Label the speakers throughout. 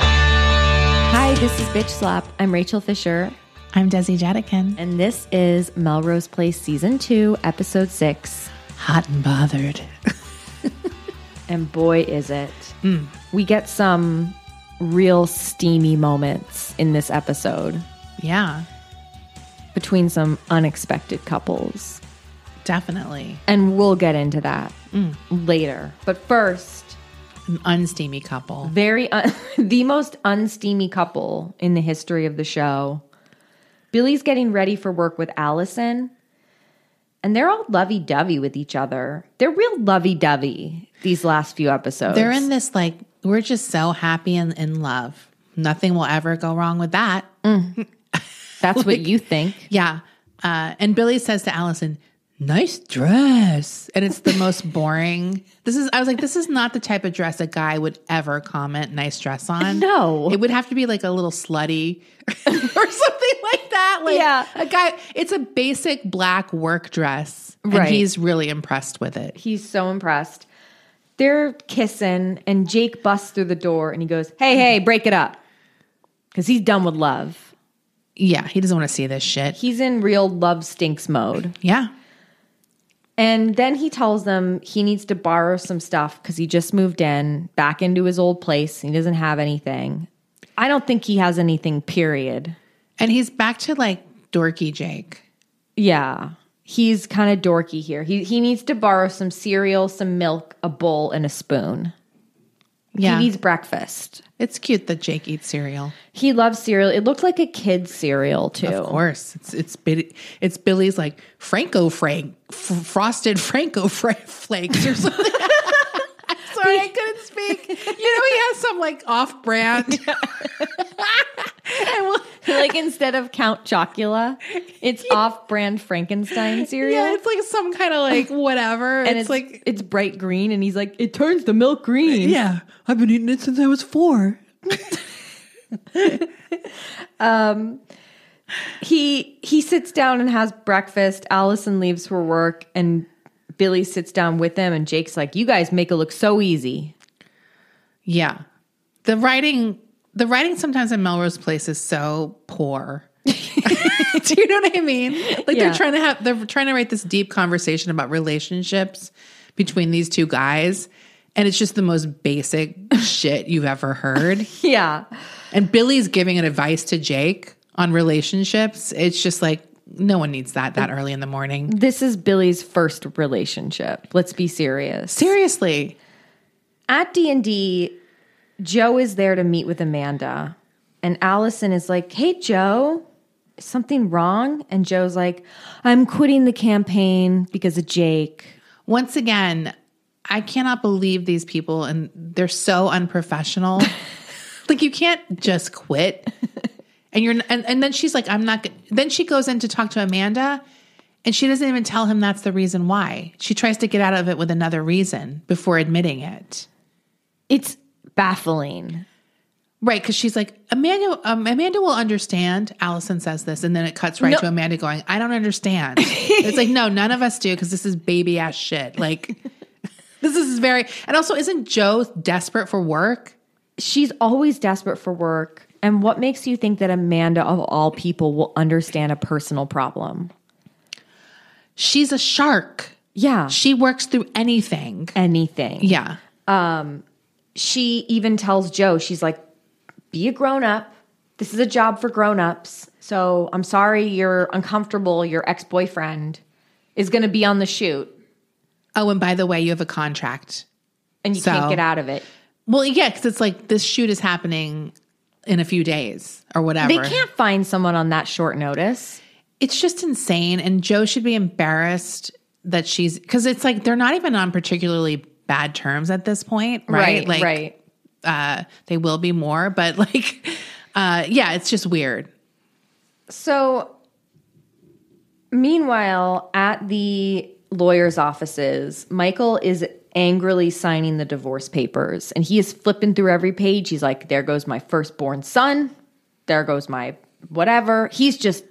Speaker 1: Hi, this is Bitch Slap. I'm Rachel Fisher,
Speaker 2: I'm Desi Jadakin.
Speaker 1: and this is Melrose Place Season 2, Episode 6.
Speaker 2: Hot and bothered.
Speaker 1: And boy, is it. We get some real steamy moments in this episode
Speaker 2: Yeah,
Speaker 1: between some unexpected couples.
Speaker 2: definitely.
Speaker 1: And we'll get into that later. But first,
Speaker 2: An unsteamy couple.
Speaker 1: very un- the most unsteamy couple in the history of the show. Billy's getting ready for work with Allison, and they're all lovey dovey with each other. They're real lovey dovey these last few episodes.
Speaker 2: They're in this like, we're just so happy and in love. Nothing will ever go wrong with that.
Speaker 1: That's what you think.
Speaker 2: Yeah. Uh, and Billy says to Allison, nice dress. And it's the most boring. This is, I was like, this is not the type of dress a guy would ever comment nice dress on.
Speaker 1: No.
Speaker 2: It would have to be like a little slutty or something like that. Like
Speaker 1: Yeah.
Speaker 2: a guy, it's a basic black work dress.
Speaker 1: Right.
Speaker 2: And he's really impressed with it.
Speaker 1: He's so impressed. They're kissing, and Jake busts through the door and he goes, Hey, hey, break it up. Because he's done with love.
Speaker 2: Yeah, he doesn't want to see this shit.
Speaker 1: He's in real love stinks mode.
Speaker 2: Yeah.
Speaker 1: And then he tells them he needs to borrow some stuff because he just moved in back into his old place. He doesn't have anything. I don't think he has anything, period.
Speaker 2: And he's back to like dorky Jake.
Speaker 1: Yeah. He's kind of dorky here. He, he needs to borrow some cereal, some milk, a bowl, and a spoon.
Speaker 2: Yeah.
Speaker 1: He needs breakfast.
Speaker 2: it's cute that Jake eats cereal.
Speaker 1: He loves cereal. It looked like a kid's cereal, too.
Speaker 2: Of course. It's it's Billy, it's Billy's like Franco Frank f- frosted Franco fr- flakes or something. I'm Sorry, I couldn't speak. You know, he has some like off brand.
Speaker 1: like instead of Count Chocula, it's off brand Frankenstein cereal.
Speaker 2: Yeah, it's like some kind of like whatever.
Speaker 1: and
Speaker 2: it's, like,
Speaker 1: it's bright green, and he's like, it turns the milk green.
Speaker 2: yeah, I've been eating it since I was four.
Speaker 1: he he sits down and has breakfast. Allison leaves for work, and Billy sits down with him. And Jake's like, "You guys make it look so easy."
Speaker 2: Yeah. The writing the writing sometimes in Melrose Place is so poor. Do you know what I mean? Like
Speaker 1: Yeah.
Speaker 2: they're trying to have they're trying to write this deep conversation about relationships between these two guys and it's just the most basic shit you've ever heard.
Speaker 1: Yeah,
Speaker 2: And Billy's giving an advice to Jake on relationships. It's just like no one needs that that early in the morning.
Speaker 1: this is Billy's first relationship. Let's be serious.
Speaker 2: Seriously.
Speaker 1: At D and D, Joe is there to meet with Amanda, and Allison is like, "Hey, Joe." is Something wrong? And Joe's like, I'm quitting the campaign because of Jake.
Speaker 2: Once again, I cannot believe these people and they're so unprofessional. like you can't just quit. And you're and, and then she's like I'm not g-" then she goes in to talk to Amanda and she doesn't even tell him that's the reason why. She tries to get out of it with another reason before admitting it.
Speaker 1: It's baffling.
Speaker 2: Right, because she's like Amanda. Um, Amanda will understand. Allison says this, and then it cuts right
Speaker 1: No.
Speaker 2: to Amanda going, "I don't understand." it's like, no, none of us do, because this is baby ass shit. Like, this is very. And also, isn't Joe desperate for work?
Speaker 1: she's always desperate for work. And what makes you think that Amanda, of all people, will understand a personal problem?
Speaker 2: She's a shark.
Speaker 1: Yeah.
Speaker 2: She works through anything.
Speaker 1: Anything.
Speaker 2: Yeah,
Speaker 1: she even tells Joe, she's like, be a grown up. This is a job for grown ups. So I'm sorry you're uncomfortable. Your ex boyfriend is going to be on the shoot
Speaker 2: Oh, and by the way, you have a contract.
Speaker 1: and you
Speaker 2: So-
Speaker 1: can't get out of it.
Speaker 2: Well, yeah, because it's like this shoot is happening in a few days or whatever.
Speaker 1: They can't find someone on that short notice.
Speaker 2: It's just insane. And Joe should be embarrassed that she's because it's like they're not even on particularly bad terms at this point, right? like,
Speaker 1: right.
Speaker 2: Uh, they will be more, but like, uh, yeah, it's just weird.
Speaker 1: So, meanwhile, at the lawyer's offices, Michael is angrily signing the divorce papers and he is flipping through every page. He's like, There goes my firstborn son. There goes my whatever. He's just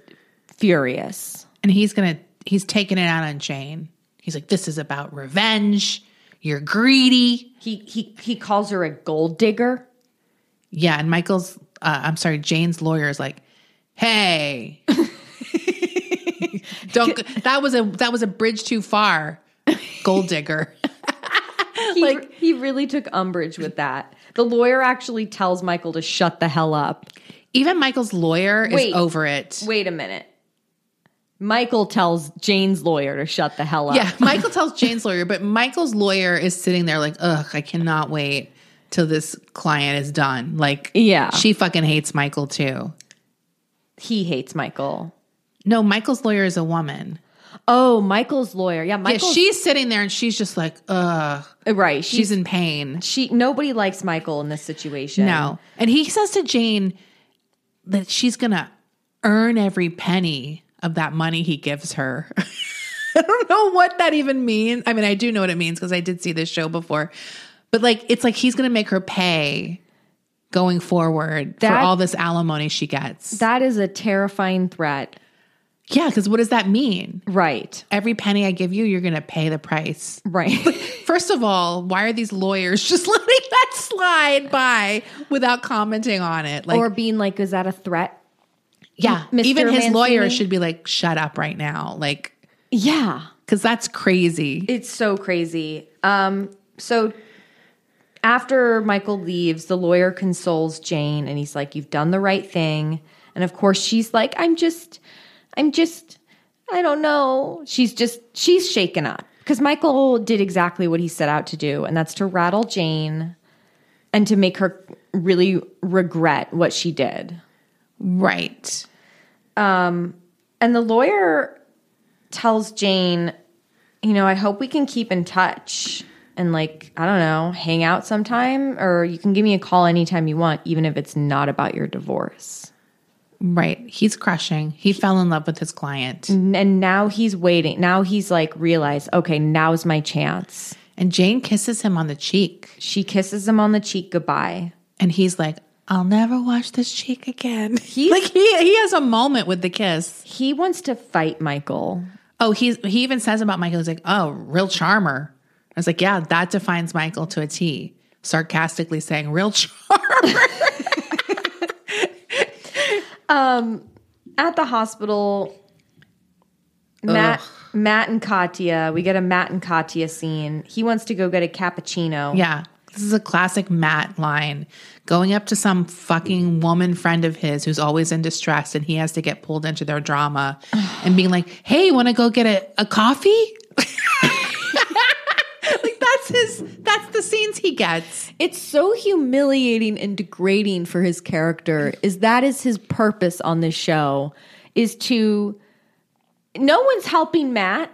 Speaker 1: furious.
Speaker 2: And he's gonna he's taking it out on Jane. He's like, this is about revenge. You're greedy.
Speaker 1: He, he, he calls her a gold digger.
Speaker 2: Yeah, and Michael's, uh, I'm sorry, Jane's lawyer is like, "Hey, don't." go- That was a that was a bridge too far, gold digger.
Speaker 1: He, like, he really took umbrage with that. The lawyer actually tells Michael to shut the hell up.
Speaker 2: Even Michael's lawyer
Speaker 1: Wait.
Speaker 2: is over it.
Speaker 1: Wait a minute. Michael tells Jane's lawyer to shut the hell up.
Speaker 2: Yeah, Michael tells Jane's lawyer, but Michael's lawyer is sitting there like, "Ugh, I cannot wait till this client is done." Like,
Speaker 1: Yeah.
Speaker 2: she fucking hates Michael too.
Speaker 1: he hates Michael.
Speaker 2: No, Michael's lawyer is a woman.
Speaker 1: Oh, Michael's lawyer. Yeah,
Speaker 2: Yeah,
Speaker 1: Michael.
Speaker 2: she's sitting there and she's just like, "Ugh,
Speaker 1: right. She's
Speaker 2: she's in pain."
Speaker 1: she. Nobody likes Michael in this situation.
Speaker 2: No. And he says to Jane that she's going to earn every penny of that money he gives her. I don't know what that even means. I mean, I do know what it means because I did see this show before. But like, it's like he's going to make her pay going forward
Speaker 1: That-
Speaker 2: for all this alimony she gets.
Speaker 1: that is a terrifying threat.
Speaker 2: yeah, because what does that mean?
Speaker 1: Right.
Speaker 2: Every penny I give you, you're going to pay the price.
Speaker 1: Right.
Speaker 2: First of all, why are these lawyers just letting that slide by without commenting on it? Like,
Speaker 1: or being like, is that a threat?
Speaker 2: Yeah.
Speaker 1: Mr.
Speaker 2: Even his lawyer
Speaker 1: Mancini?
Speaker 2: should be like, shut up right now. Like,
Speaker 1: Yeah.
Speaker 2: because that's crazy.
Speaker 1: It's so crazy. Um. So after Michael leaves, the lawyer consoles Jane, and he's like, "You've done the right thing." And of course, she's like, "I'm just, I'm just, I don't know." She's just, she's shaken up because Michael did exactly what he set out to do, and that's to rattle Jane and to make her really regret what she did.
Speaker 2: right.
Speaker 1: And the lawyer tells Jane, you know, I hope we can keep in touch and like, I don't know, hang out sometime or you can give me a call anytime you want, even if it's not about your divorce.
Speaker 2: Right. He's crushing. He fell in love with his client.
Speaker 1: N- And now he's waiting. Now he's like realized, okay, now's my chance.
Speaker 2: And Jane kisses him on the cheek.
Speaker 1: She kisses him on the cheek goodbye.
Speaker 2: And he's like, I'll never wash this cheek again. He like he he has a moment with the kiss.
Speaker 1: He wants to fight Michael.
Speaker 2: Oh, he's he even says about Michael, he's like, Oh, real charmer. I was like, Yeah, that defines Michael to a T. Sarcastically saying, real charmer.
Speaker 1: At the hospital, Matt Matt and Katya, we get a Matt and Katya scene. He wants to go get a cappuccino.
Speaker 2: Yeah. This is a classic Matt line going up to some fucking woman friend of his who's always in distress and he has to get pulled into their drama and being like, hey, want to go get a, a coffee? like, that's his, that's the scenes he gets.
Speaker 1: It's so humiliating and degrading for his character. Is that is his purpose on this show is to no one's helping Matt.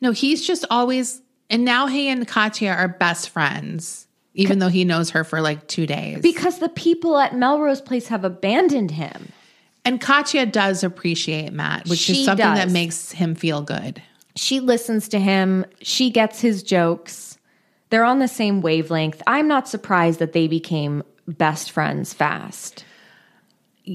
Speaker 2: No, he's just always, and now he and Katya are best friends, even though he knows her for like two days.
Speaker 1: Because the people at Melrose Place have abandoned him.
Speaker 2: and Katya does appreciate Matt, which
Speaker 1: She
Speaker 2: is something that
Speaker 1: does.
Speaker 2: makes him feel good.
Speaker 1: She listens to him, she gets his jokes. They're on the same wavelength. I'm not surprised that they became best friends fast.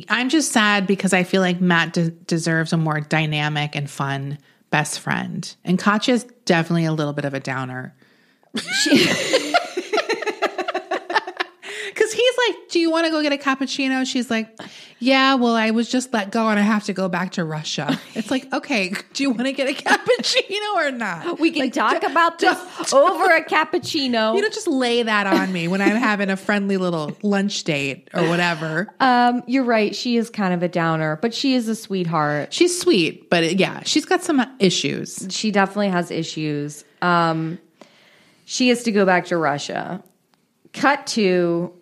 Speaker 2: I'm just sad because I feel like Matt de- deserves a more dynamic and fun best friend. And Katya's definitely a little bit of a downer. Because Because he's like, Do you want to go get a cappuccino? She's like, Yeah, well, I was just let go and I have to go back to Russia. It's like, Okay, do you want to get a cappuccino or not?
Speaker 1: We can
Speaker 2: Like,
Speaker 1: talk
Speaker 2: don't-
Speaker 1: about this
Speaker 2: don't-
Speaker 1: over a cappuccino.
Speaker 2: You don't just lay that on me when I'm having a friendly little lunch date or whatever.
Speaker 1: um, you're right. She is kind of a downer, but she is a sweetheart.
Speaker 2: she's sweet, but it- yeah, she's got some issues.
Speaker 1: She definitely has issues. Um, she has to go back to Russia. Cut to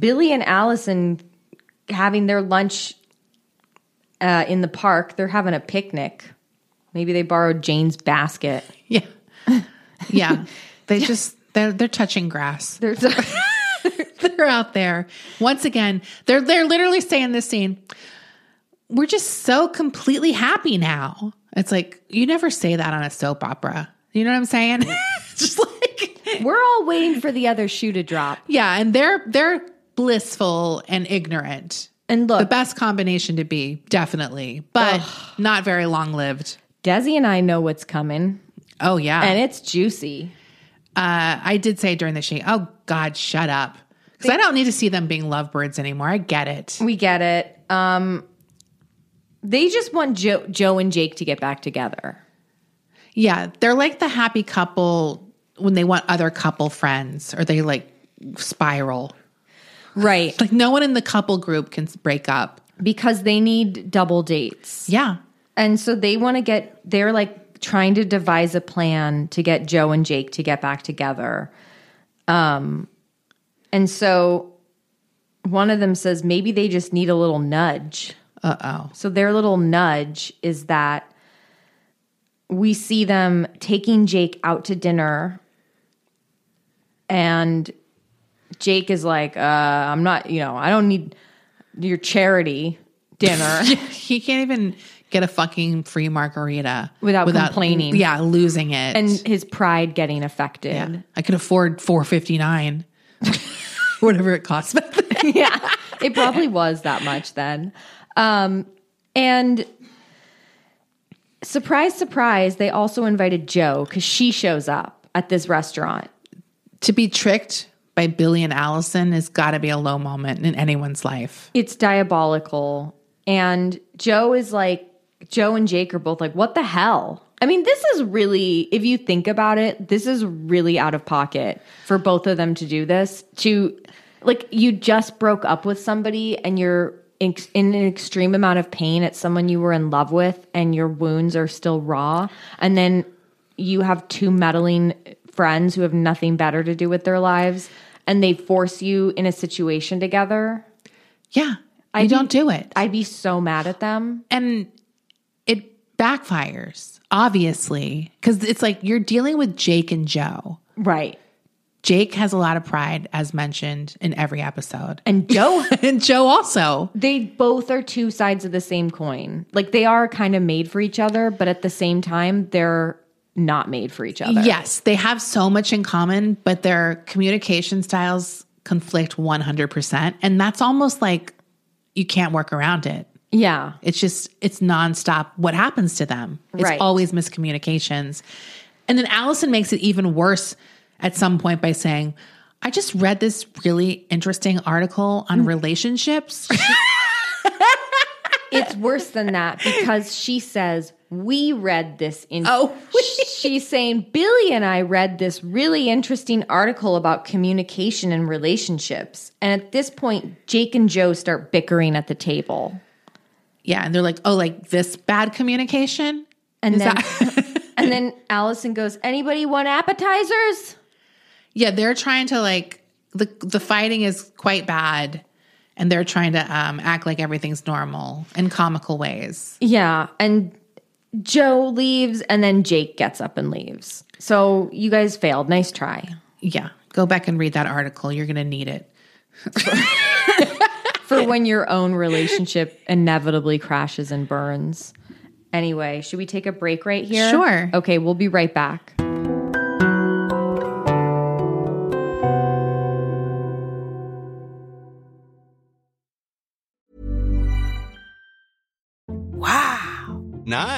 Speaker 1: Billy and Allison having their lunch uh, in the park. They're having a picnic. Maybe they borrowed Jane's basket.
Speaker 2: Yeah. Yeah. They just, they're, they're touching grass.
Speaker 1: There's
Speaker 2: they're out there. Once again, they're they're literally saying this scene. We're just so completely happy now. It's like you never say that on a soap opera. You know what I'm saying? just like
Speaker 1: We're all waiting for the other shoe to drop.
Speaker 2: yeah, and they're they're blissful and ignorant.
Speaker 1: And
Speaker 2: The
Speaker 1: look,
Speaker 2: best combination to be, definitely, but not very long lived.
Speaker 1: Desi and I know what's coming,
Speaker 2: Oh yeah,
Speaker 1: and it's juicy.
Speaker 2: uh, I did say during the show, "Oh God, shut up," because I don't need to see them being lovebirds anymore. I get it.
Speaker 1: We get it. Um, they just want jo- Joe and Jake to get back together.
Speaker 2: Yeah, they're like the happy couple when they want other couple friends or they like spiral.
Speaker 1: Right.
Speaker 2: Like no one in the couple group can s- break up.
Speaker 1: Because they need double dates.
Speaker 2: Yeah.
Speaker 1: And so they want to get, they're like trying to devise a plan to get Joe and Jake to get back together. Um, and so one of them says maybe they just need a little nudge.
Speaker 2: Uh-oh.
Speaker 1: So their little nudge is that we see them taking Jake out to dinner and Jake is like, uh, I'm not, you know, I don't need your charity dinner.
Speaker 2: He can't even get a fucking free margarita
Speaker 1: Without complaining.
Speaker 2: Yeah, losing it.
Speaker 1: and his pride getting affected.
Speaker 2: yeah. I could afford 459 whatever it costs back then.
Speaker 1: yeah, it probably was that much then. Um, and surprise, surprise, they also invited Joe because she shows up at this restaurant.
Speaker 2: To be tricked by Billy and Allison has got to be a low moment in anyone's life.
Speaker 1: It's diabolical. And Joe is like, Joe and Jake are both like, what the hell? I mean, this is really, if you think about it, this is really out of pocket for both of them to do this. To like, you just broke up with somebody and you're in, in an extreme amount of pain at someone you were in love with, and your wounds are still raw. And then you have two meddling friends who have nothing better to do with their lives, and they force you in a situation together.
Speaker 2: Yeah. I don't do it.
Speaker 1: I'd be so mad at them.
Speaker 2: and it backfires obviously because it's like you're dealing with jake and joe
Speaker 1: Right.
Speaker 2: jake has a lot of pride as mentioned in every episode
Speaker 1: And Joe,
Speaker 2: and joe also
Speaker 1: they both are two sides of the same coin. Like they are kind of made for each other, but at the same time, they're not made for each other.
Speaker 2: yes they have so much in common but their communication styles conflict 100% and that's almost like you can't work around it
Speaker 1: Yeah.
Speaker 2: It's just it's nonstop. What happens to them? It's
Speaker 1: Right.
Speaker 2: always miscommunications. And then Allison makes it even worse at some point by saying, "I just read this really interesting article on relationships."
Speaker 1: It's worse than that because she says, We read this in.
Speaker 2: Oh.
Speaker 1: She's saying, Billy and I read this really interesting article about communication and relationships. And at this point, Jake and Joe start bickering at the table.
Speaker 2: yeah, and they're like, "Oh, like this bad communication?"
Speaker 1: And
Speaker 2: Is
Speaker 1: then,
Speaker 2: that-
Speaker 1: and then Allison goes, "Anybody want appetizers?"
Speaker 2: yeah, they're trying to like the the fighting is quite bad. And they're trying to um, act like everything's normal in comical ways.
Speaker 1: Yeah, and Joe leaves, and then Jake gets up and leaves. So you guys failed. Nice try
Speaker 2: Yeah, go back and read that article. You're going to need it.
Speaker 1: for when your own relationship inevitably crashes and burns. Anyway, should we take a break right here?
Speaker 2: Sure.
Speaker 1: Okay, we'll be right back.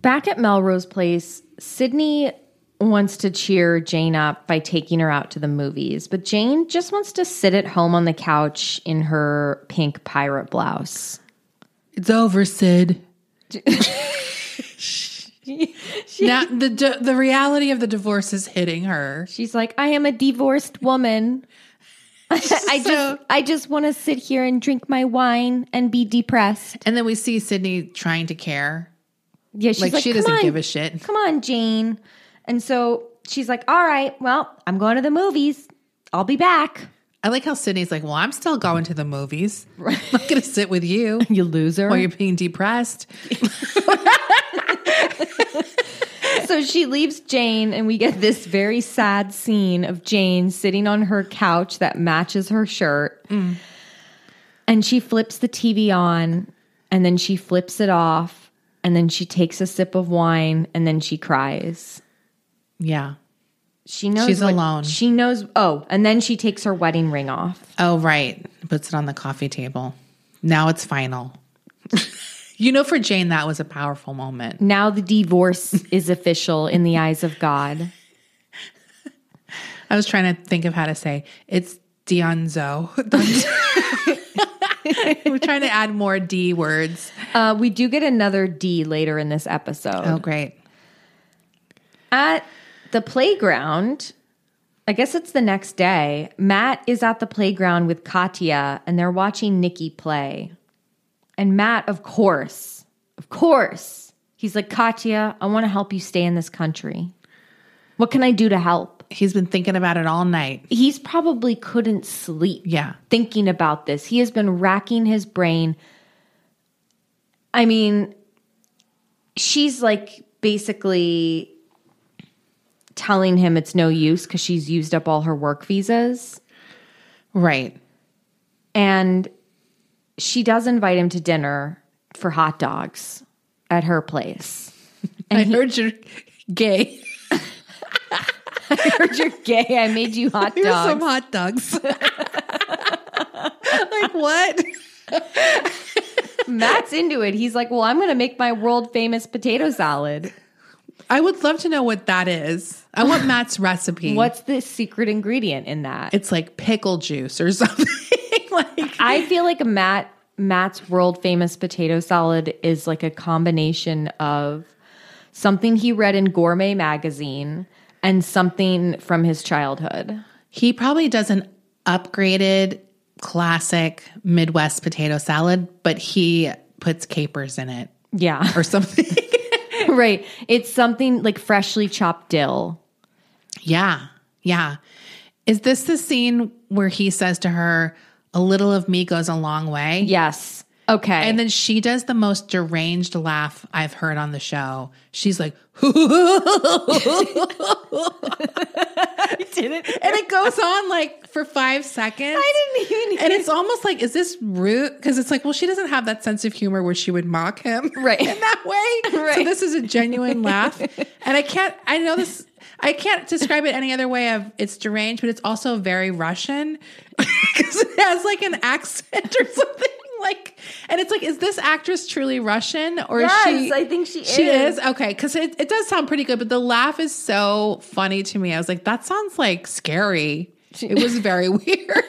Speaker 1: Back at Melrose Place, Sydney wants to cheer Jane up by taking her out to the movies, but Jane just wants to sit at home on the couch in her pink pirate blouse.
Speaker 2: It's over, Sid. now the di- the reality of the divorce is hitting her.
Speaker 1: She's like, "I am a divorced woman. I
Speaker 2: So-
Speaker 1: just I just want to sit here and drink my wine and be depressed."
Speaker 2: And then we see Sydney trying to care.
Speaker 1: Yeah, she's
Speaker 2: Like,
Speaker 1: like,
Speaker 2: she
Speaker 1: "Come
Speaker 2: doesn't
Speaker 1: on,
Speaker 2: give a shit.
Speaker 1: Come on, Jane. And so she's like, "All right, well, I'm going to the movies. I'll be back."
Speaker 2: I like how Sydney's like, "Well, I'm still going to the movies. I'm not going to sit with you
Speaker 1: You loser.
Speaker 2: while you're being depressed."
Speaker 1: so she leaves Jane, and we get this very sad scene of Jane sitting on her couch that matches her shirt. And she flips the TV on, and then she flips it off, and then she takes a sip of wine, and then she cries.
Speaker 2: Yeah.
Speaker 1: She knows
Speaker 2: She's
Speaker 1: what-
Speaker 2: alone.
Speaker 1: She knows. Oh, and then she takes her wedding ring off.
Speaker 2: Oh, right. Puts it on the coffee table. Now it's final. you know, for Jane, that was a powerful moment.
Speaker 1: Now the divorce is official in the eyes of God.
Speaker 2: I was trying to think of how to say it's Dionzo. We're trying to add more D words.
Speaker 1: Uh, we do get another D later in this episode.
Speaker 2: Oh, great.
Speaker 1: At the playground, I guess it's the next day, Matt is at the playground with Katya and they're watching Nikki play. And Matt, of course, of course, he's like, Katya, I want to help you stay in this country. What can I do to help?
Speaker 2: He's been thinking about it all night.
Speaker 1: He's probably couldn't sleep
Speaker 2: Yeah.
Speaker 1: thinking about this. He has been racking his brain. I mean, she's like basically telling him it's no use because she's used up all her work visas.
Speaker 2: Right.
Speaker 1: And she does invite him to dinner for hot dogs at her place.
Speaker 2: I heard you're gay.
Speaker 1: I heard you're gay. I made you hot
Speaker 2: Here's some
Speaker 1: dogs.
Speaker 2: hot dogs. like what?
Speaker 1: Matt's into it. He's like, well, I'm going to make my world famous potato salad.
Speaker 2: I would love to know what that is. I want Matt's recipe.
Speaker 1: What's the secret ingredient in that?
Speaker 2: it's like pickle juice or something. like
Speaker 1: I feel like Matt Matt's world famous potato salad is like a combination of something he read in Gourmet magazine and something from his childhood.
Speaker 2: He probably does an upgraded classic Midwest potato salad, but he puts capers in it
Speaker 1: Yeah,
Speaker 2: or something.
Speaker 1: right. It's something like freshly chopped dill.
Speaker 2: yeah. Yeah. Is this the scene where he says to her, a little of me goes a long way?
Speaker 1: Yes. Okay.
Speaker 2: And then she does the most deranged laugh I've heard on the show. She's like, and it goes on like for five seconds. I
Speaker 1: didn't even
Speaker 2: And it's almost like, is this rude? Because it's like, well, she doesn't have that sense of humor where she would mock him,
Speaker 1: Right.
Speaker 2: In that way, so
Speaker 1: Right.
Speaker 2: this is a genuine laugh. And I can't, I know this, I can't describe it any other way. Of it's deranged, but it's also very Russian because it has like an accent or something. Like, and it's like, is this actress truly Russian or is she?
Speaker 1: think she
Speaker 2: she is okay because it, it does sound pretty good, but the laugh is so funny to me. I was like, that sounds like scary. It was very weird.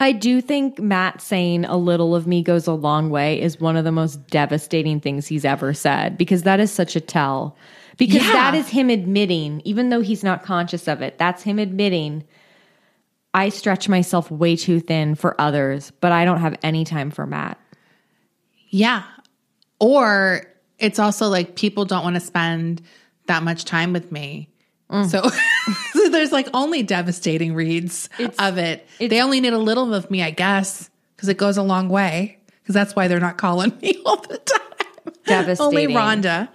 Speaker 1: I do think Matt saying a little of me goes a long way is one of the most devastating things he's ever said because that is such a tell. Because
Speaker 2: Yeah.
Speaker 1: that is him admitting, even though he's not conscious of it, that's him admitting, I stretch myself way too thin for others, but I don't have any time for Matt.
Speaker 2: Yeah. Or it's also like people don't want to spend that much time with me. So, so there's like only devastating reads of it. they only need a little of me, I guess, because it goes a long way. Because that's why they're not calling me all the time. Only
Speaker 1: Devastating.
Speaker 2: Rhonda.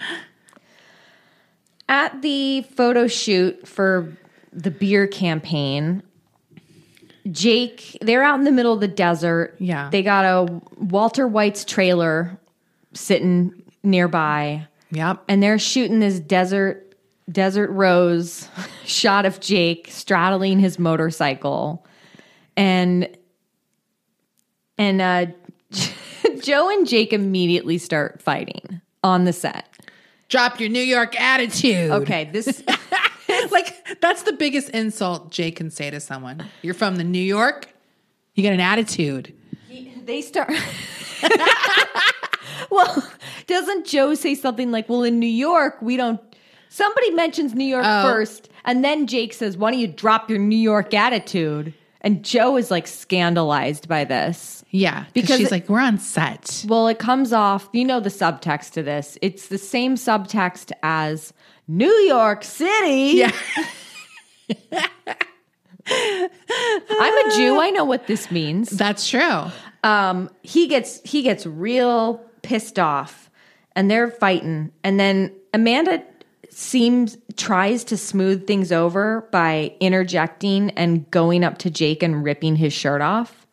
Speaker 1: At the photo shoot for the beer campaign, Jake, they're out in the middle of the desert.
Speaker 2: Yeah.
Speaker 1: They got a Walter White's trailer sitting nearby
Speaker 2: Yep.
Speaker 1: and they're shooting this desert desert rose shot of Jake straddling his motorcycle and and uh Joe and Jake immediately start fighting on the set.
Speaker 2: Drop your New York attitude.
Speaker 1: Okay, this
Speaker 2: like that's the biggest insult Jay can say to someone. You're from the New York. You got an attitude.
Speaker 1: they start well doesn't joe say something like well in new york we don't somebody mentions new york first and then jake says why don't you drop your new york attitude and joe is like scandalized by this
Speaker 2: Yeah, because
Speaker 1: Because
Speaker 2: she's
Speaker 1: it-
Speaker 2: like, we're on set.
Speaker 1: well it comes off you know the subtext to this it's the same subtext as new york city yeah i'm a jew i know what this means
Speaker 2: That's true.
Speaker 1: um, he gets he gets real pissed off, and they're fighting. And then Amanda seems tries to smooth things over by interjecting and going up to Jake and ripping his shirt off.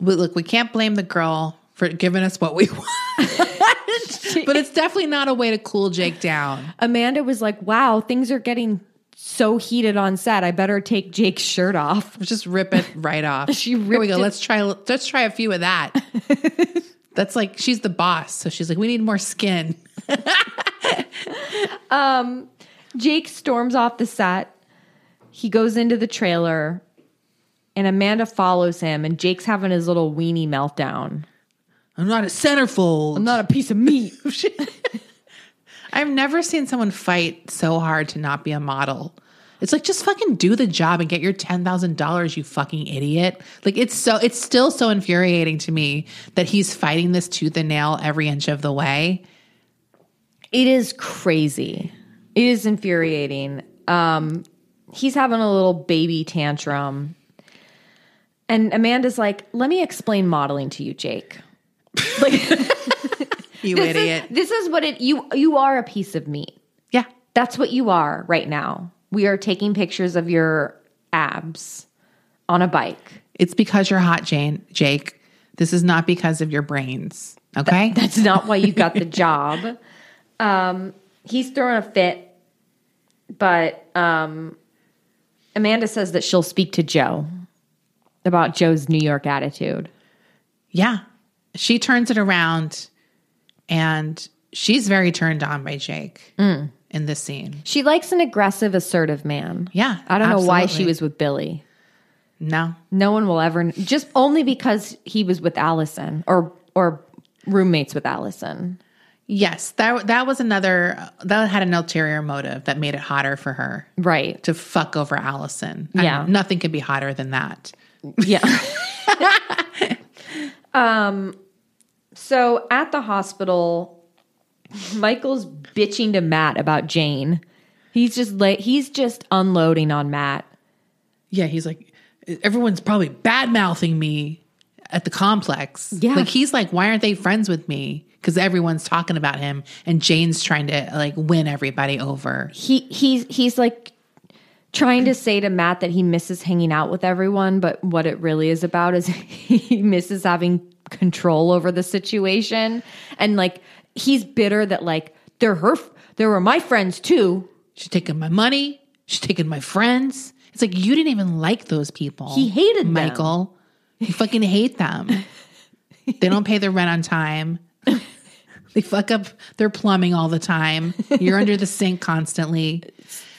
Speaker 2: But look, we can't blame the girl for giving us what we want. but it's definitely not a way to cool Jake down.
Speaker 1: Amanda was like, "Wow, things are getting so heated on set. I better take Jake's shirt off."
Speaker 2: Just rip it right off.
Speaker 1: She
Speaker 2: Here we
Speaker 1: ripped
Speaker 2: go.
Speaker 1: it-
Speaker 2: Let's try. Let's try a few of that. That's like she's the boss, so she's like, we need more skin.
Speaker 1: Jake storms off the set. He goes into the trailer, and Amanda follows him. And Jake's having his little weenie meltdown.
Speaker 2: I'm not a centerfold. I'm
Speaker 1: Not a piece of meat.
Speaker 2: I've never seen someone fight so hard to not be a model. It's like just fucking do the job and get your ten thousand dollars, you fucking idiot. Like it's so it's still so infuriating to me that he's fighting this tooth and nail every inch of the way.
Speaker 1: It is crazy. It is infuriating. Um, he's having a little baby tantrum. And Amanda's like, let me explain modeling to you, Jake. Like
Speaker 2: You
Speaker 1: this
Speaker 2: idiot.
Speaker 1: Is, this is what it you you are a piece of meat.
Speaker 2: yeah.
Speaker 1: That's what you are right now. We are taking pictures of your abs on a bike.
Speaker 2: It's because you're hot, Jane Jake. This is not because of your brains. Okay?
Speaker 1: That's not why you got the job. Um, he's throwing a fit, but um, Amanda says that she'll speak to Joe about Joe's New York attitude.
Speaker 2: yeah. She turns it around and she's very turned on by Jake in this scene.
Speaker 1: She likes an aggressive, assertive man.
Speaker 2: Yeah,
Speaker 1: I don't know why she
Speaker 2: absolutely.
Speaker 1: was with Billy.
Speaker 2: No.
Speaker 1: No one will ever just only because he was with Allison or or roommates with Allison.
Speaker 2: Yes, that that was another that had an ulterior motive that made it hotter for her
Speaker 1: Right.
Speaker 2: to fuck over Allison. I
Speaker 1: Yeah.
Speaker 2: mean, nothing could be hotter than that.
Speaker 1: Yeah. um, so at the hospital, Michael's bitching to Matt about Jane. He's just like he's just unloading on Matt.
Speaker 2: Yeah, he's like, everyone's probably bad mouthing me at the complex.
Speaker 1: Yeah.
Speaker 2: like he's like, why aren't they friends with me? Because everyone's talking about him, and Jane's trying to like win everybody over.
Speaker 1: He he's he's like trying to say to Matt that he misses hanging out with everyone, but what it really is about is he misses having control over the situation and like he's bitter that like they're her f- they were my friends too
Speaker 2: She's taking my money. She's taking my friends. It's like you didn't even like those people.
Speaker 1: He hated them.
Speaker 2: Michael. You fucking hate them. they don't pay their rent on time. they fuck up their plumbing all the time. You're under the sink constantly.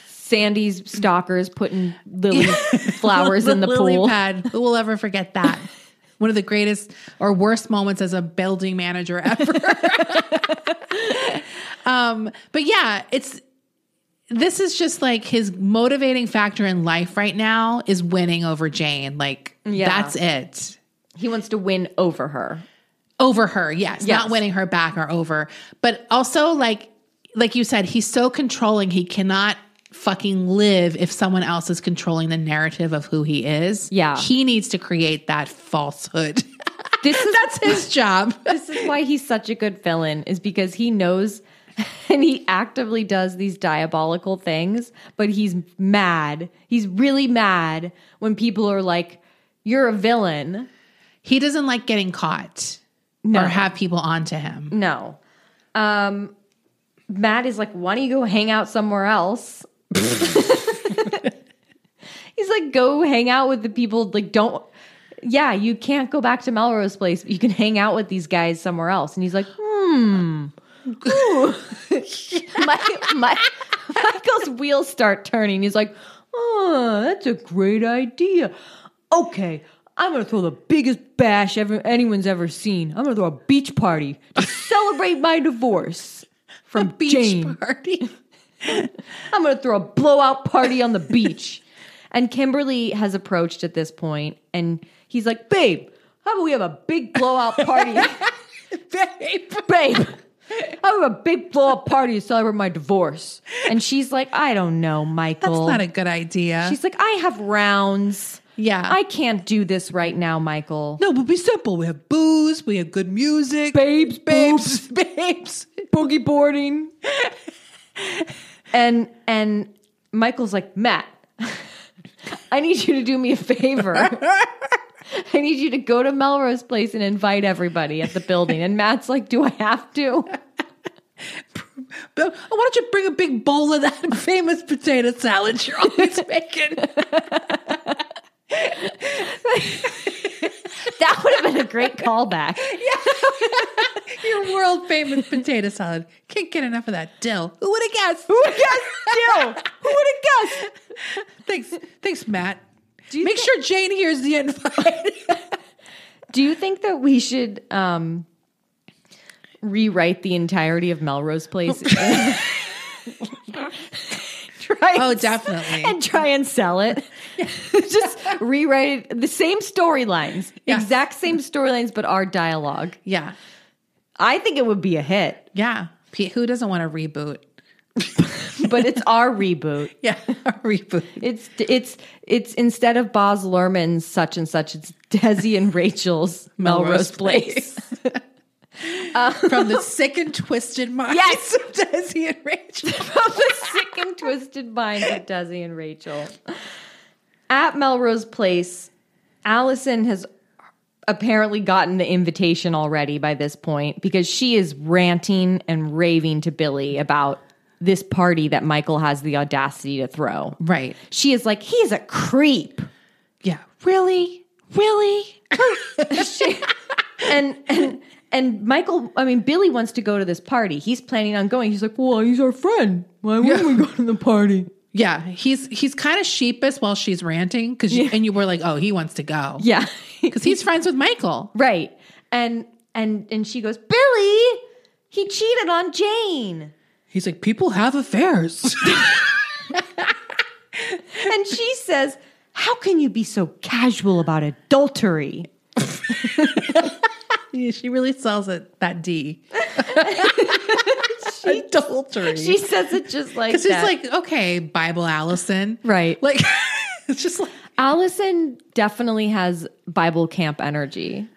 Speaker 1: Sandy's stalkers putting lily flowers in the
Speaker 2: lily
Speaker 1: pool.
Speaker 2: pad. Who will ever forget that? One of the greatest or worst moments as a building manager ever. um, but yeah, it's this is just like his motivating factor in life right now is winning over Jane. Like
Speaker 1: Yeah.
Speaker 2: that's it.
Speaker 1: He wants to win over her.
Speaker 2: over her yes,
Speaker 1: Yes.
Speaker 2: not winning her back or over but also like like you said he's so controlling he cannot fucking live if someone else is controlling the narrative of who he is
Speaker 1: Yeah.
Speaker 2: he needs to create that falsehood
Speaker 1: This is
Speaker 2: that's his job
Speaker 1: this is why he's such a good villain is because he knows and he actively does these diabolical things but he's mad he's really mad when people are like you're a villain
Speaker 2: he doesn't like getting caught or have people onto him
Speaker 1: no um matt is like why don't you go hang out somewhere else he's like go hang out with the people like don't yeah you can't go back to melrose place but you can hang out with these guys somewhere else and he's like hmm. my, my, Michael's wheels start turning. He's like, oh, that's a great idea. Okay, I'm going to throw the biggest bash ever, anyone's ever seen. I'm going to throw a beach party to celebrate my divorce from
Speaker 2: beach
Speaker 1: Jane.
Speaker 2: party
Speaker 1: I'm going to throw a blowout party on the beach. And Kimberly has approached at this point, and he's like, babe, how about we have a big blowout party?
Speaker 2: babe
Speaker 1: babe, I have a big blow up party to celebrate my divorce. And she's like, I don't know,
Speaker 2: that's
Speaker 1: Michael.
Speaker 2: not a good idea
Speaker 1: she's like, I have rounds.
Speaker 2: yeah
Speaker 1: I can't do this right now, Michael.
Speaker 2: no, but be simple. We have booze. We have good music.
Speaker 1: Babes,
Speaker 2: babes, babes.
Speaker 1: Boogie boarding. and and Michael's like, Matt, I need you to do me a favor. I need you to go to Melrose Place and invite everybody at the building. And Matt's like, Do I have to?
Speaker 2: Bill, why don't you bring a big bowl of that famous potato salad you're always making?
Speaker 1: That would have been a great callback.
Speaker 2: Your world famous potato salad. Can't get enough of that dill. Who would have guessed?
Speaker 1: Who would have guessed? Dill. Who would have guessed?
Speaker 2: Thanks, thanks, Matt.
Speaker 1: you
Speaker 2: Make
Speaker 1: thi-
Speaker 2: sure Jane hears the invite.
Speaker 1: Do you think that we should um, rewrite the entirety of Melrose Place? Try
Speaker 2: Oh,
Speaker 1: and s-
Speaker 2: definitely.
Speaker 1: And try and sell it. Just rewrite it. The same storylines,
Speaker 2: Yeah.
Speaker 1: exact same storylines, but our dialogue.
Speaker 2: yeah,
Speaker 1: I think it would be a hit,
Speaker 2: yeah. P- who doesn't want a reboot?
Speaker 1: but it's our reboot.
Speaker 2: Yeah, a reboot.
Speaker 1: It's it's it's instead of Boz Lerman's such and such, it's Desi and Rachel's Melrose,
Speaker 2: Melrose
Speaker 1: Place.
Speaker 2: From the sick and twisted minds
Speaker 1: Yes.
Speaker 2: of Desi and Rachel.
Speaker 1: of the sick and twisted minds of Desi and Rachel. At Melrose Place, Allison has apparently gotten the invitation already by this point because she is ranting and raving to Billy about this party that Michael has the audacity to throw.
Speaker 2: Right.
Speaker 1: She is like, he's a creep.
Speaker 2: Yeah.
Speaker 1: Really? Really? She- and and and Michael, I mean Billy wants to go to this party. He's planning on going. He's like, "Well, he's our friend. Why wouldn't we go to the party?"
Speaker 2: Yeah, he's he's kind of sheepish while she's ranting because you and you were like, oh, he wants to go
Speaker 1: Yeah.
Speaker 2: because he's friends with Michael.
Speaker 1: right. And and and she goes, "Billy, he cheated on Jane."
Speaker 2: He's like, people have affairs.
Speaker 1: And she says, "How can you be so casual about adultery?"
Speaker 2: Yeah, she really sells it that D. Adultery.
Speaker 1: She says it just like
Speaker 2: Because it's
Speaker 1: that.
Speaker 2: like, okay, Bible Allison.
Speaker 1: Right.
Speaker 2: Like, it's just like,
Speaker 1: Allison definitely has Bible camp energy.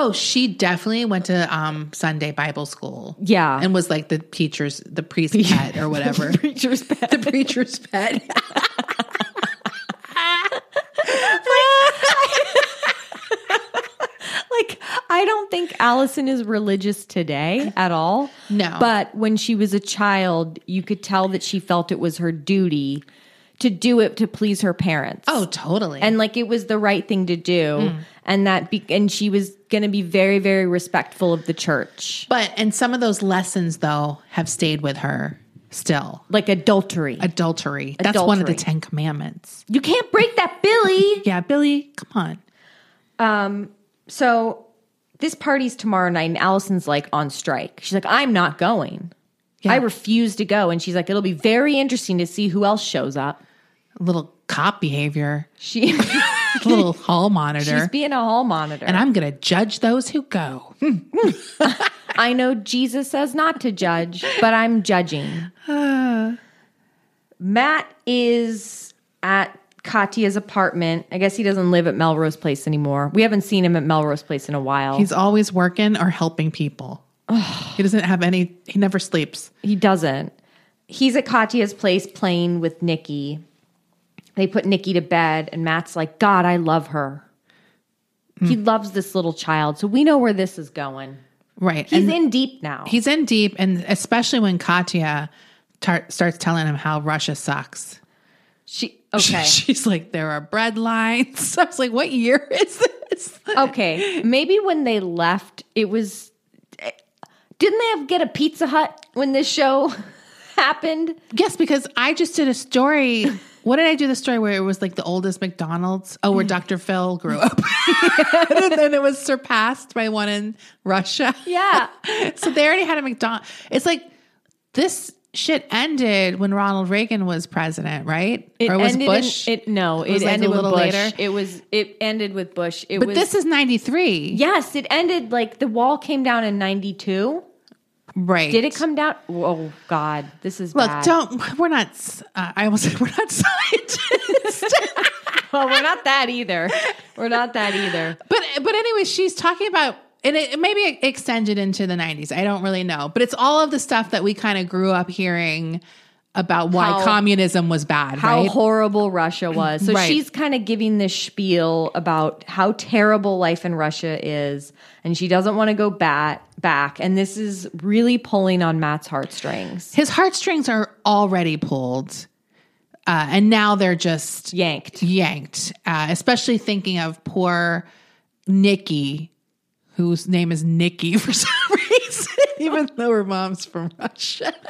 Speaker 2: oh, she definitely went to um, Sunday Bible school.
Speaker 1: Yeah.
Speaker 2: And was like the teacher's, the priest's pet or whatever.
Speaker 1: Preacher's pet.
Speaker 2: the preacher's pet.
Speaker 1: like I don't think Allison is religious today at all.
Speaker 2: No.
Speaker 1: But when she was a child, you could tell that she felt it was her duty to do it to please her parents.
Speaker 2: oh, Mm. totally.
Speaker 1: And like it was the right thing to do and that be- and she was going to be very very respectful of the church.
Speaker 2: But and some of those lessons though have stayed with her. still.
Speaker 1: Like adultery.
Speaker 2: Adultery. That's one of the
Speaker 1: Adultery.
Speaker 2: Ten Commandments.
Speaker 1: you can't break that, Billy.
Speaker 2: Yeah, Billy, come on.
Speaker 1: So this party's tomorrow night, and Allison's like on strike. She's like, I'm not going. I refuse to go. And she's like, it'll be very interesting to see who else shows up.
Speaker 2: Little cop behavior,
Speaker 1: She,
Speaker 2: little hall monitor.
Speaker 1: she's being a hall monitor.
Speaker 2: and I'm going to judge those who go.
Speaker 1: I know Jesus says not to judge, but I'm judging. Matt is at Katia's apartment. I guess he doesn't live at Melrose Place anymore. We haven't seen him at Melrose Place in a while.
Speaker 2: He's always working or helping people. he doesn't have any, he never sleeps.
Speaker 1: he doesn't. He's at Katia's place playing with Nikki. They put Nikki to bed, and Matt's like, God, I love her. He
Speaker 2: Hmm.
Speaker 1: loves this little child. So we know where this is going.
Speaker 2: Right.
Speaker 1: He's
Speaker 2: and
Speaker 1: in deep now.
Speaker 2: he's in deep. And especially when Katya tar- starts telling him how Russia sucks.
Speaker 1: she okay.
Speaker 2: She's like, there are bread lines. I was like, what year is this?
Speaker 1: okay, maybe when they left, it was. Didn't they have get a Pizza Hut when this show happened?
Speaker 2: Yes, because I just did a story. What did I do the story where it was like the oldest McDonald's? Oh, where Dr. Phil grew up. and then it was surpassed by one in Russia.
Speaker 1: Yeah.
Speaker 2: So they already had a McDonald's. It's like this shit ended when Ronald Reagan was president, right? was
Speaker 1: ended
Speaker 2: Bush?
Speaker 1: In, it no, it,
Speaker 2: was like
Speaker 1: ended
Speaker 2: a little
Speaker 1: with Bush.
Speaker 2: later.
Speaker 1: It was it ended with Bush. It
Speaker 2: but
Speaker 1: was
Speaker 2: this is 93.
Speaker 1: yes, it ended like the wall came down in '92.
Speaker 2: Right.
Speaker 1: Did it come down? Oh God, this is
Speaker 2: Look,
Speaker 1: bad.
Speaker 2: don't, we're not, s- uh, I almost said we're not scientists.
Speaker 1: Well, we're not that either. We're not that either.
Speaker 2: But but anyway, she's talking about and it maybe it extended into the 90s. I don't really know. But it's all of the stuff that we kind of grew up hearing about why
Speaker 1: How-
Speaker 2: communism was bad,
Speaker 1: how
Speaker 2: right?
Speaker 1: horrible Russia was. So
Speaker 2: Right.
Speaker 1: she's kind of giving this spiel about how terrible life in Russia is, and she doesn't want to go back. Back, and this is really pulling on Matt's heartstrings.
Speaker 2: His heartstrings are already pulled. Uh, and now they're just
Speaker 1: Yanked.
Speaker 2: yanked, uh, especially thinking of poor Nikki, whose name is Nikki for some reason, even though her mom's from Russia.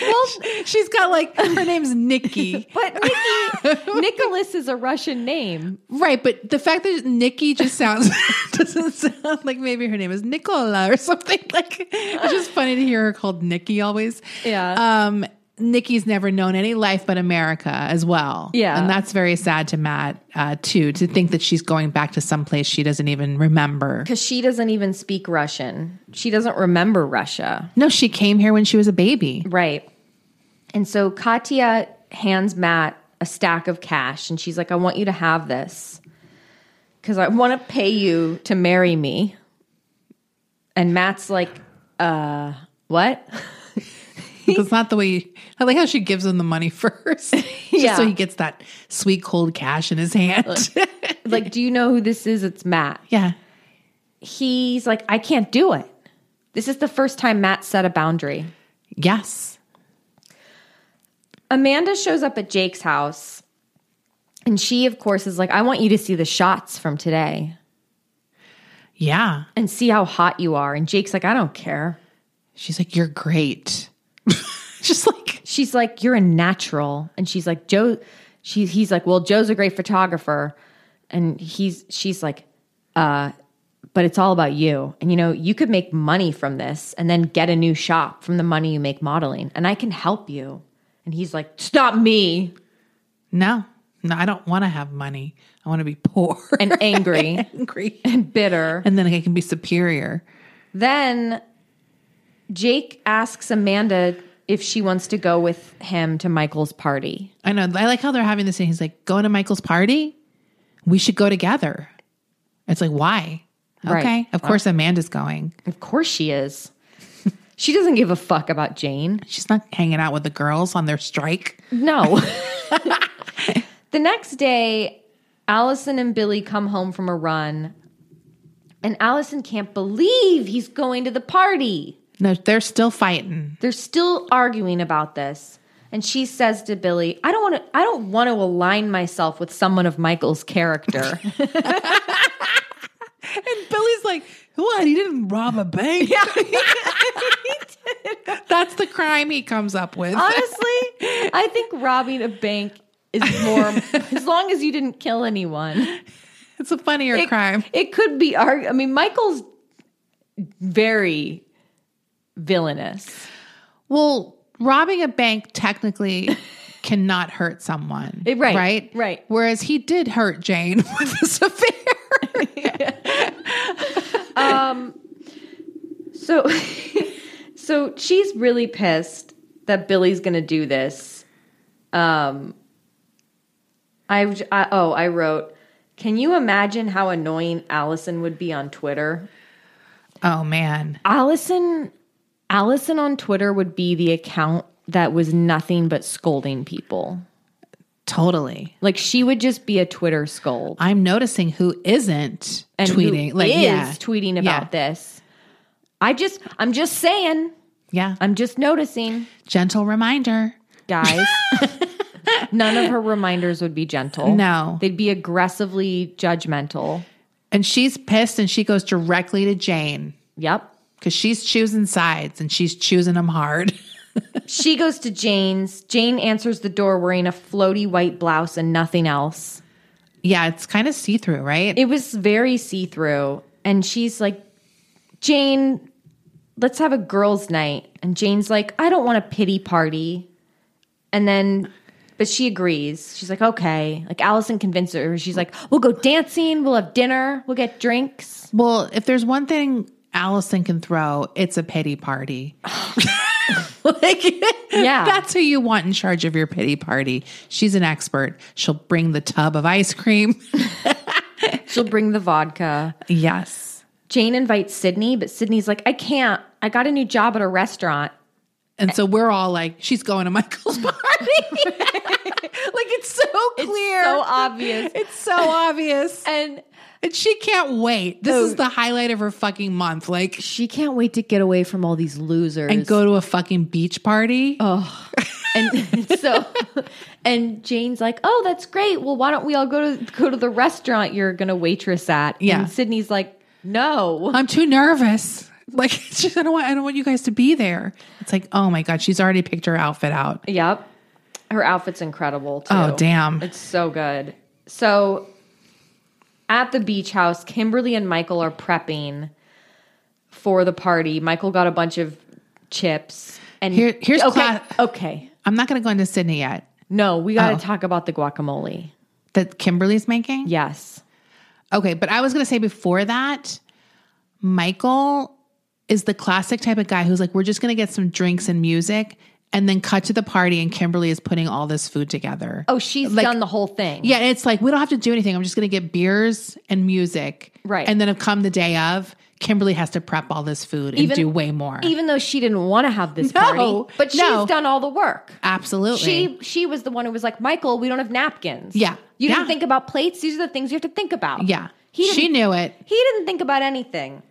Speaker 2: Well, she's got like her name's Nikki,
Speaker 1: But Nikki, Nicholas is a Russian name.
Speaker 2: Right, but the fact that Nikki just sounds doesn't sound like maybe her name is Nicola or something. Like it's just funny to hear her called Nikki always.
Speaker 1: Yeah.
Speaker 2: Um Nikki's never known any life but America as well.
Speaker 1: Yeah.
Speaker 2: And that's very sad to Matt, uh, too, to think that she's going back to some place she doesn't even remember.
Speaker 1: Because she doesn't even speak Russian. She doesn't remember Russia.
Speaker 2: No, she came here when she was a baby.
Speaker 1: Right. And so Katya hands Matt a stack of cash and she's like, I want you to have this because I want to pay you to marry me. And Matt's like, uh, what?
Speaker 2: That's not the way you, I like how she gives him the money first. just
Speaker 1: Yeah.
Speaker 2: so he gets that sweet cold cash in his hand.
Speaker 1: like, do you know who this is? It's Matt.
Speaker 2: yeah.
Speaker 1: He's like, I can't do it. This is the first time Matt set a boundary.
Speaker 2: Yes.
Speaker 1: Amanda shows up at Jake's house and she, of course, is like, I want you to see the shots from today
Speaker 2: Yeah.
Speaker 1: and see how hot you are. And Jake's like, I don't care.
Speaker 2: She's like, You're great. Just like,
Speaker 1: she's like, "You're a natural," and she's like, "Joe," she he's like, "Well, Joe's a great photographer," and he's she's like, "Uh, but it's all about you, and you know, you could make money from this, and then get a new shop from the money you make modeling, and I can help you." And he's like, "Stop me!"
Speaker 2: no, no, I don't want to have money. I want to be poor
Speaker 1: and angry,
Speaker 2: angry.
Speaker 1: bitter.
Speaker 2: And then I can be superior.
Speaker 1: Then Jake asks Amanda if she wants to go with him to Michael's party.
Speaker 2: I know. I like how they're having this thing. He's like, Going to Michael's party? We should go together. It's like, Why?
Speaker 1: Right.
Speaker 2: Okay. Of course, Amanda's going.
Speaker 1: Of course, she is. She doesn't give a fuck about Jane.
Speaker 2: She's not hanging out with the girls on their strike.
Speaker 1: No. the next day, Allison and Billy come home from a run, and Allison can't believe he's going to the party.
Speaker 2: No, they're still fighting.
Speaker 1: They're still arguing about this. And she says to Billy, I don't want to I don't want to align myself with someone of Michael's character.
Speaker 2: Billy's like, What? He didn't rob a bank. That's the crime he comes up with.
Speaker 1: Honestly, I think robbing a bank is more, as long as you didn't kill anyone.
Speaker 2: it's a funnier
Speaker 1: It-
Speaker 2: crime.
Speaker 1: It could be, arg- I mean, Michael's very villainous.
Speaker 2: Well, robbing a bank technically cannot hurt someone.
Speaker 1: Eh, right,
Speaker 2: Right.
Speaker 1: right.
Speaker 2: Whereas he did hurt Jane with this affair.
Speaker 1: So, so she's really pissed that Billy's going to do this. Um, I, I oh, I wrote. Can you imagine how annoying Allison would be on Twitter?
Speaker 2: oh, man.
Speaker 1: Allison, Allison on Twitter would be the account that was nothing but scolding people.
Speaker 2: Totally.
Speaker 1: Like she would just be a Twitter scold
Speaker 2: I'm noticing who isn't
Speaker 1: and who
Speaker 2: tweeting. like,
Speaker 1: is
Speaker 2: yeah.
Speaker 1: tweeting
Speaker 2: Yeah.
Speaker 1: about this. I just, I'm just saying,
Speaker 2: Yeah.
Speaker 1: I'm just noticing.
Speaker 2: Gentle reminder.
Speaker 1: guys. None of her reminders would be gentle.
Speaker 2: No.
Speaker 1: They'd be aggressively judgmental.
Speaker 2: And she's pissed and she goes directly to Jane
Speaker 1: Yep.
Speaker 2: because she's choosing sides and she's choosing them hard.
Speaker 1: She goes to Jane's. Jane answers the door wearing a floaty white blouse and nothing else.
Speaker 2: yeah. It's kind of see through, right?
Speaker 1: It was very see through. And she's like, Jane, let's have a girls' night. And Jane's like, I don't want a pity party. And then, but she agrees. She's like, okay. Like Allison convinced her. She's like, we'll go dancing. We'll have dinner. We'll get drinks.
Speaker 2: Well, if there's one thing Allison can throw, it's a pity party.
Speaker 1: Uh-huh.
Speaker 2: like,
Speaker 1: Yeah.
Speaker 2: that's who you want in charge of your pity party. She's an expert. She'll bring the tub of ice cream.
Speaker 1: She'll bring the vodka.
Speaker 2: yes.
Speaker 1: Jane invites Sydney, but Sydney's like, I can't. I got a new job at a restaurant.
Speaker 2: And so we're all like, she's going to Michael's party. like, it's so clear.
Speaker 1: so obvious.
Speaker 2: It's so obvious.
Speaker 1: And
Speaker 2: And she can't wait. This is the highlight of her fucking month. Like,
Speaker 1: she can't wait to get away from all these losers.
Speaker 2: and go to a fucking beach party.
Speaker 1: and so and Jane's like, Oh, that's great. Well, why don't we all go to go to the restaurant you're gonna waitress at?
Speaker 2: Yeah.
Speaker 1: And Sydney's like, No.
Speaker 2: I'm too nervous. Like it's just, I don't want I don't want you guys to be there. It's like, oh my God, she's already picked her outfit out.
Speaker 1: Yep. Her outfit's incredible too.
Speaker 2: Oh damn.
Speaker 1: It's so good. So at the beach house, Kimberly and Michael are prepping for the party. Michael got a bunch of chips and
Speaker 2: Here- here's
Speaker 1: okay,
Speaker 2: cla-
Speaker 1: okay.
Speaker 2: I'm not gonna go into Sydney yet.
Speaker 1: No, we got to talk about the guacamole.
Speaker 2: That Kimberly's making?
Speaker 1: Yes.
Speaker 2: Okay, but I was gonna say before that, Michael is the classic type of guy who's like, we're just gonna get some drinks and music and then cut to the party and Kimberly is putting all this food together.
Speaker 1: Oh, she's done the whole thing.
Speaker 2: Yeah, it's like we don't have to do anything. I'm just going to get beers and music.
Speaker 1: Right.
Speaker 2: And then come the day of, Kimberly has to prep all this food and do way more.
Speaker 1: Even though she didn't want to have this
Speaker 2: No,
Speaker 1: party, but she's
Speaker 2: no.
Speaker 1: done all the work.
Speaker 2: Absolutely.
Speaker 1: She she was the one who was like, "Michael, we don't have napkins."
Speaker 2: Yeah.
Speaker 1: You
Speaker 2: Yeah.
Speaker 1: didn't think about plates. These are the things you have to think about.
Speaker 2: yeah.
Speaker 1: He didn't,
Speaker 2: She knew it.
Speaker 1: He didn't think about anything.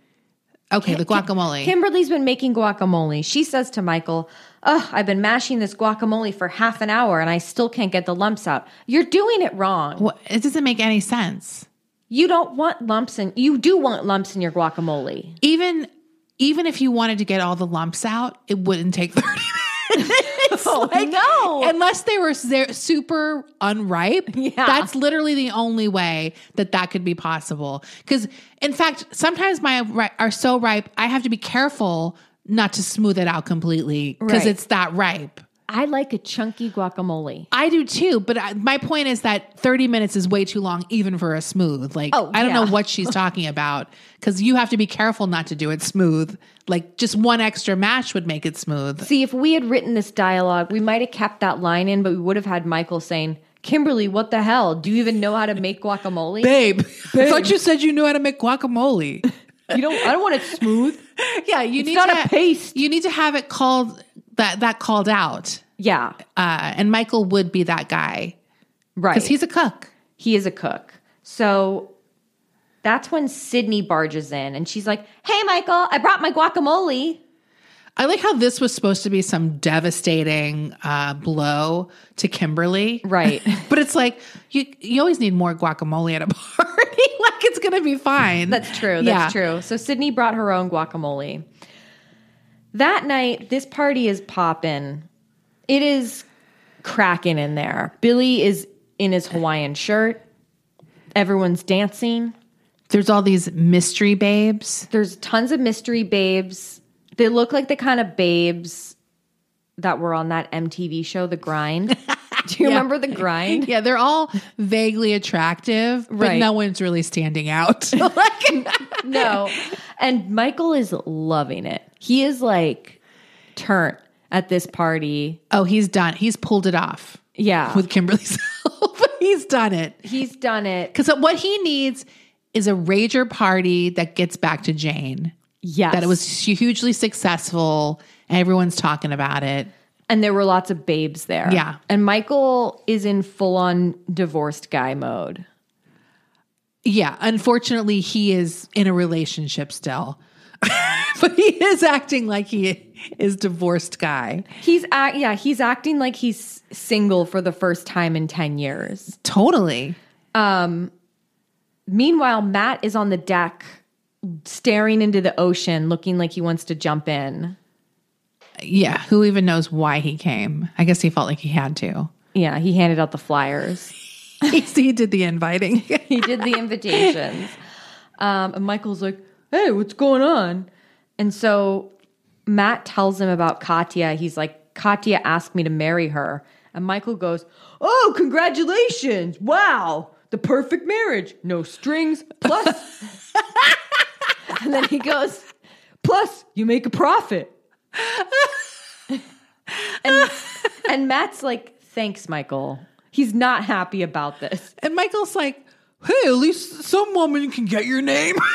Speaker 2: Okay, the guacamole.
Speaker 1: Kimberly's been making guacamole. She says to Michael, Ugh, I've been mashing this guacamole for half an hour and I still can't get the lumps out. You're doing it wrong.
Speaker 2: What- it doesn't make any sense.
Speaker 1: You don't want lumps in you do want lumps in your guacamole.
Speaker 2: Even even if you wanted to get all the lumps out, it wouldn't take 30 minutes.
Speaker 1: Oh, no.
Speaker 2: Unless they were se- super unripe. Yeah. That's literally the only way that that could be possible. Because, in fact, sometimes my ri- are so ripe, I have to be careful not to smooth it out completely because
Speaker 1: Right.
Speaker 2: it's that ripe.
Speaker 1: I like a chunky guacamole.
Speaker 2: I do too, but I, my point is that 30 minutes is way too long, even for a smooth. Like,
Speaker 1: Oh,
Speaker 2: I don't know
Speaker 1: yeah.
Speaker 2: what she's talking about because you have to be careful not to do it smooth. Like, just one extra mash would make it smooth.
Speaker 1: See, if we had written this dialogue, we might have kept that line in, but we would have had Michael saying, Kimberly, what the hell? Do you even know how to make guacamole?
Speaker 2: Babe, I thought you said you knew how to make guacamole.
Speaker 1: You don't I don't want it smooth.
Speaker 2: yeah, you
Speaker 1: It's
Speaker 2: need
Speaker 1: not
Speaker 2: to
Speaker 1: a paste.
Speaker 2: You need to have it called that that called out.
Speaker 1: Yeah.
Speaker 2: Uh, and Michael would be that guy
Speaker 1: Right.
Speaker 2: because he's a cook.
Speaker 1: he is a cook. So that's when Sydney barges in and she's like, Hey, Michael, I brought my guacamole.
Speaker 2: I like how this was supposed to be some devastating uh, blow to Kimberly,
Speaker 1: Right.
Speaker 2: But it's like you you always need more guacamole at a party. like it's going to be fine.
Speaker 1: That's true. That's true. So Sydney brought her own guacamole. That night, this party is popping. It is cracking in there. Billy is in his Hawaiian shirt. Everyone's dancing.
Speaker 2: There's all these mystery babes.
Speaker 1: There's tons of mystery babes. They look like the kind of babes that were on that MTV show, The Grind. Do you remember The Grind?
Speaker 2: Yeah, they're all vaguely attractive, but
Speaker 1: Right.
Speaker 2: no one's really standing out. like,
Speaker 1: no. And Michael is loving it. He is like turnt at this party.
Speaker 2: oh, he's done. He's pulled it off
Speaker 1: Yeah.
Speaker 2: with Kimberly's help. he's done it.
Speaker 1: He's done it.
Speaker 2: Because what he needs is a rager party that gets back to Jane,
Speaker 1: Yes.
Speaker 2: that it was hugely successful. Everyone's talking about it.
Speaker 1: and there were lots of babes there.
Speaker 2: Yeah.
Speaker 1: And Michael is in full on divorced guy mode.
Speaker 2: Yeah, unfortunately, he is in a relationship still, but he is acting like he is divorced guy.
Speaker 1: He's act yeah, he's acting like he's single for the first time in 10 years.
Speaker 2: Totally.
Speaker 1: Meanwhile, Matt is on the deck staring into the ocean looking like he wants to jump in.
Speaker 2: Yeah. Who even knows why he came? I guess he felt like he had to.
Speaker 1: Yeah, he handed out the flyers.
Speaker 2: he, he did the inviting.
Speaker 1: he did the invitations. Um, and Michael's like, hey, what's going on? And so Matt tells him about Katya. He's like, Katya asked me to marry her. And Michael goes, oh, congratulations. Wow. The perfect marriage. No strings. Plus. and then he goes, plus, you make a profit. and, and Matt's like, thanks, Michael. He's not happy about this.
Speaker 2: and Michael's like, hey, at least some woman can get your name.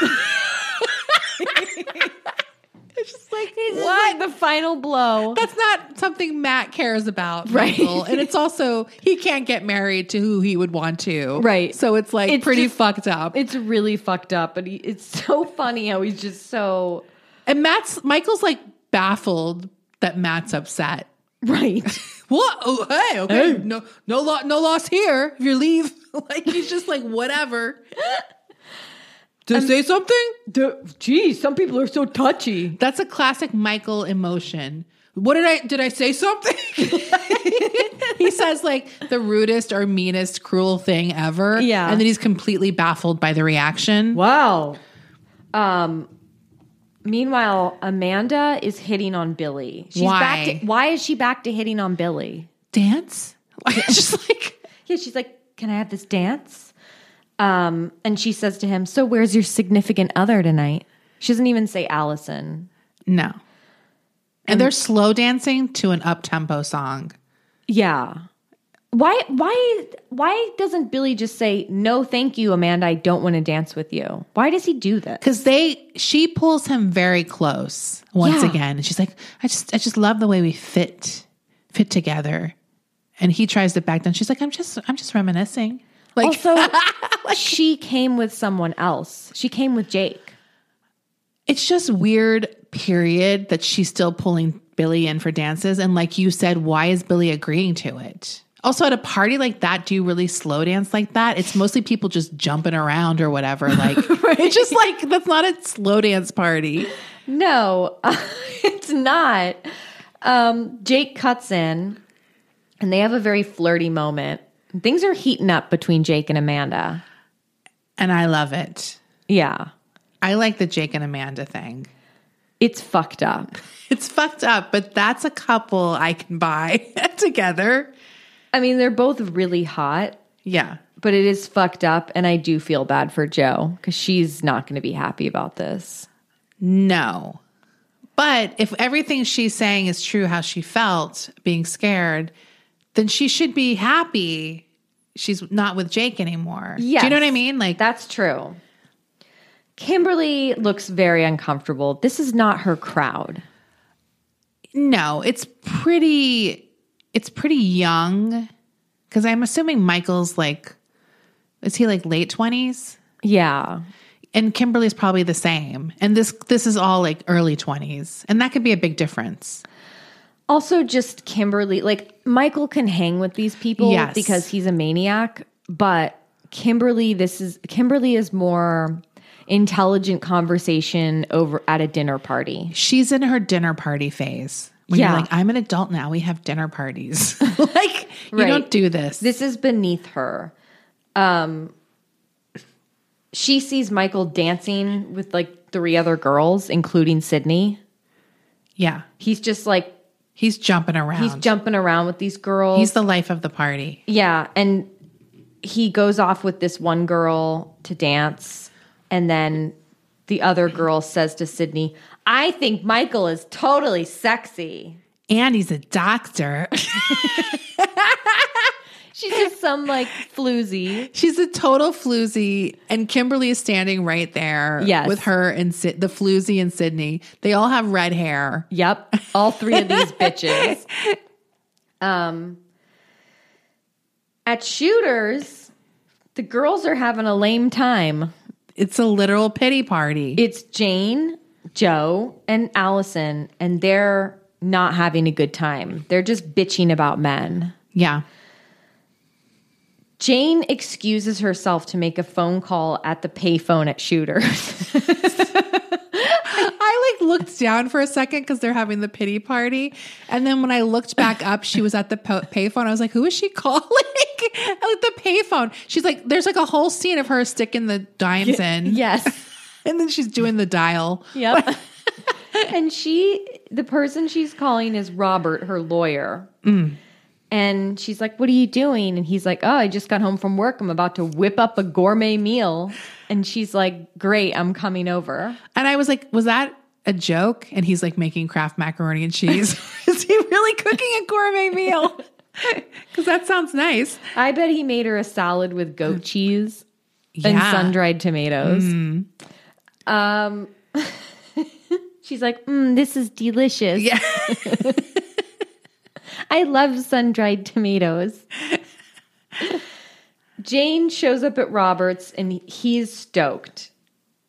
Speaker 1: He's just like the final blow.
Speaker 2: That's not something Matt cares about,
Speaker 1: Right.
Speaker 2: Michael. And it's also he can't get married to who he would want to,
Speaker 1: Right.
Speaker 2: So it's like
Speaker 1: It's
Speaker 2: pretty
Speaker 1: just-
Speaker 2: fucked up.
Speaker 1: It's really fucked up, but he, it's so funny how he's just so
Speaker 2: and Matt's Michael's like baffled that Matt's upset.
Speaker 1: right.
Speaker 2: What? Oh, hey, okay, no, no, lo- no loss here. If you leave, like he's just like whatever. Did I say something?
Speaker 1: Geez, some people are so touchy.
Speaker 2: That's a classic Michael emotion. What did I did I say something? he says like the rudest or meanest cruel thing ever.
Speaker 1: Yeah.
Speaker 2: And then he's completely baffled by the reaction.
Speaker 1: Wow. Um. Meanwhile, Amanda is hitting on Billy. She's Back
Speaker 2: Why?
Speaker 1: to, why is she back to hitting on Billy?
Speaker 2: Dance? just like
Speaker 1: Yeah, she's like, "Can I have this dance?" Um, and she says to him, "So where's your significant other tonight?" She doesn't even say Allison.
Speaker 2: No. And, they're slow dancing to an up tempo song.
Speaker 1: Yeah. Why why why doesn't Billy just say, No, thank you, Amanda, I don't want to dance with you? Why does he do this?
Speaker 2: Cause they she pulls him very close once
Speaker 1: Yeah.
Speaker 2: again. And she's like, I just I just love the way we fit fit together. And he tries to back down. She's like, I'm just I'm just reminiscing. Like
Speaker 1: Also, she came with someone else. She came with Jake.
Speaker 2: it's just weird period that she's still pulling billy in for dances and like you said why is billy agreeing to it also at a party like that do you really slow dance like that it's mostly people just jumping around or whatever like it's just like that's not a slow dance party
Speaker 1: No, it's not. Um, Jake cuts in and they have a very flirty moment. Things are heating up between Jake and Amanda.
Speaker 2: and i love it
Speaker 1: Yeah.
Speaker 2: i like the jake and amanda thing
Speaker 1: It's fucked up.
Speaker 2: it's fucked up but that's a couple i can buy together
Speaker 1: I mean, they're both really hot.
Speaker 2: yeah
Speaker 1: but it is fucked up and i do feel bad for joe because she's not going to be happy about this
Speaker 2: No. But if everything she's saying is true, how she felt being scared, then she should be happy she's not with Jake anymore. Do you know what
Speaker 1: Yes.
Speaker 2: I mean? Like,
Speaker 1: that's true kimberly looks very uncomfortable this is not her crowd
Speaker 2: no, it's pretty, it's pretty young. Cause I'm assuming Michael's like, is he like late 20s?
Speaker 1: yeah
Speaker 2: And Kimberly's probably the same. And this, this is all like early 20s. And that could be a big difference.
Speaker 1: also just kimberly like michael can hang with these people
Speaker 2: Yes.
Speaker 1: because he's a maniac but Kimberly, this is Kimberly is more intelligent conversation over at a dinner party.
Speaker 2: She's in her dinner party phase. When
Speaker 1: Yeah.
Speaker 2: you're like, I'm an adult now. We have dinner parties. like, you
Speaker 1: Right.
Speaker 2: don't do this.
Speaker 1: This is beneath her. Um she sees Michael dancing with like three other girls, including Sydney.
Speaker 2: Yeah.
Speaker 1: He's just like
Speaker 2: He's jumping around.
Speaker 1: he's jumping around with these girls.
Speaker 2: He's the life of the party.
Speaker 1: Yeah, and he goes off with this one girl to dance, and then the other girl says to Sydney, "I think Michael is totally sexy."
Speaker 2: And he's a doctor.
Speaker 1: She's just some like floozy.
Speaker 2: She's a total floozy, and Kimberly is standing right there
Speaker 1: Yes.
Speaker 2: with her and Sid- the floozy and Sydney. They all have red hair.
Speaker 1: Yep, all three of these bitches. Um, at shooters, the girls are having a lame time.
Speaker 2: It's a literal pity party.
Speaker 1: It's Jane, Joe, and Allison, and they're not having a good time. They're just bitching about men.
Speaker 2: yeah.
Speaker 1: Jane excuses herself to make a phone call at the payphone at Shooters.
Speaker 2: I like looked down for a second because they're having the pity party. And then when I looked back up, she was at the po- payphone. I was like, who is she calling? at the payphone. She's like, there's like a whole scene of her sticking the dimes in.
Speaker 1: yes.
Speaker 2: And then she's doing the dial.
Speaker 1: Yep. and she, the person she's calling is Robert, her lawyer. And she's like, What are you doing? And he's like, Oh, I just got home from work. I'm about to whip up a gourmet meal. And she's like, Great, I'm coming over.
Speaker 2: And I was like, was that a joke? And he's like making Kraft macaroni and cheese. Is he really cooking a gourmet meal? Because that sounds nice.
Speaker 1: I bet he made her a salad with goat cheese and
Speaker 2: Yeah.
Speaker 1: sun dried tomatoes. Mm. Um, she's like, mm, "This is delicious.
Speaker 2: Yeah.
Speaker 1: I love sun dried tomatoes." Jane shows up at Roberts and he's stoked.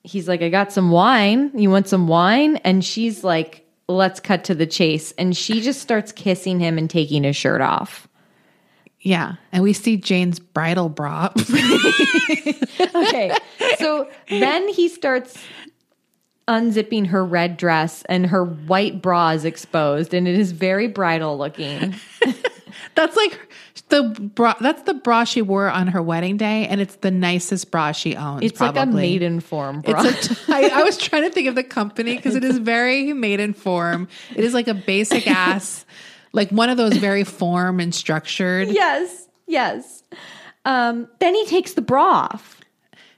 Speaker 1: He's like, "I got some wine. You want some wine?" And she's like, "Let's cut to the chase." And she just starts kissing him and taking his shirt off.
Speaker 2: Yeah. And we see Jane's bridal bra.
Speaker 1: okay. So then he starts unzipping her red dress and her white bra is exposed and it is very bridal looking.
Speaker 2: that's like the bra. That's the bra she wore on her wedding day. And it's the nicest bra she owns.
Speaker 1: It's like a
Speaker 2: probably.
Speaker 1: maiden form bra.
Speaker 2: It's a, I, I was trying to think of the company because it is very maiden form. It is like a basic ass, like one of those very form and structured.
Speaker 1: yes. Yes. Um, then he takes the bra off.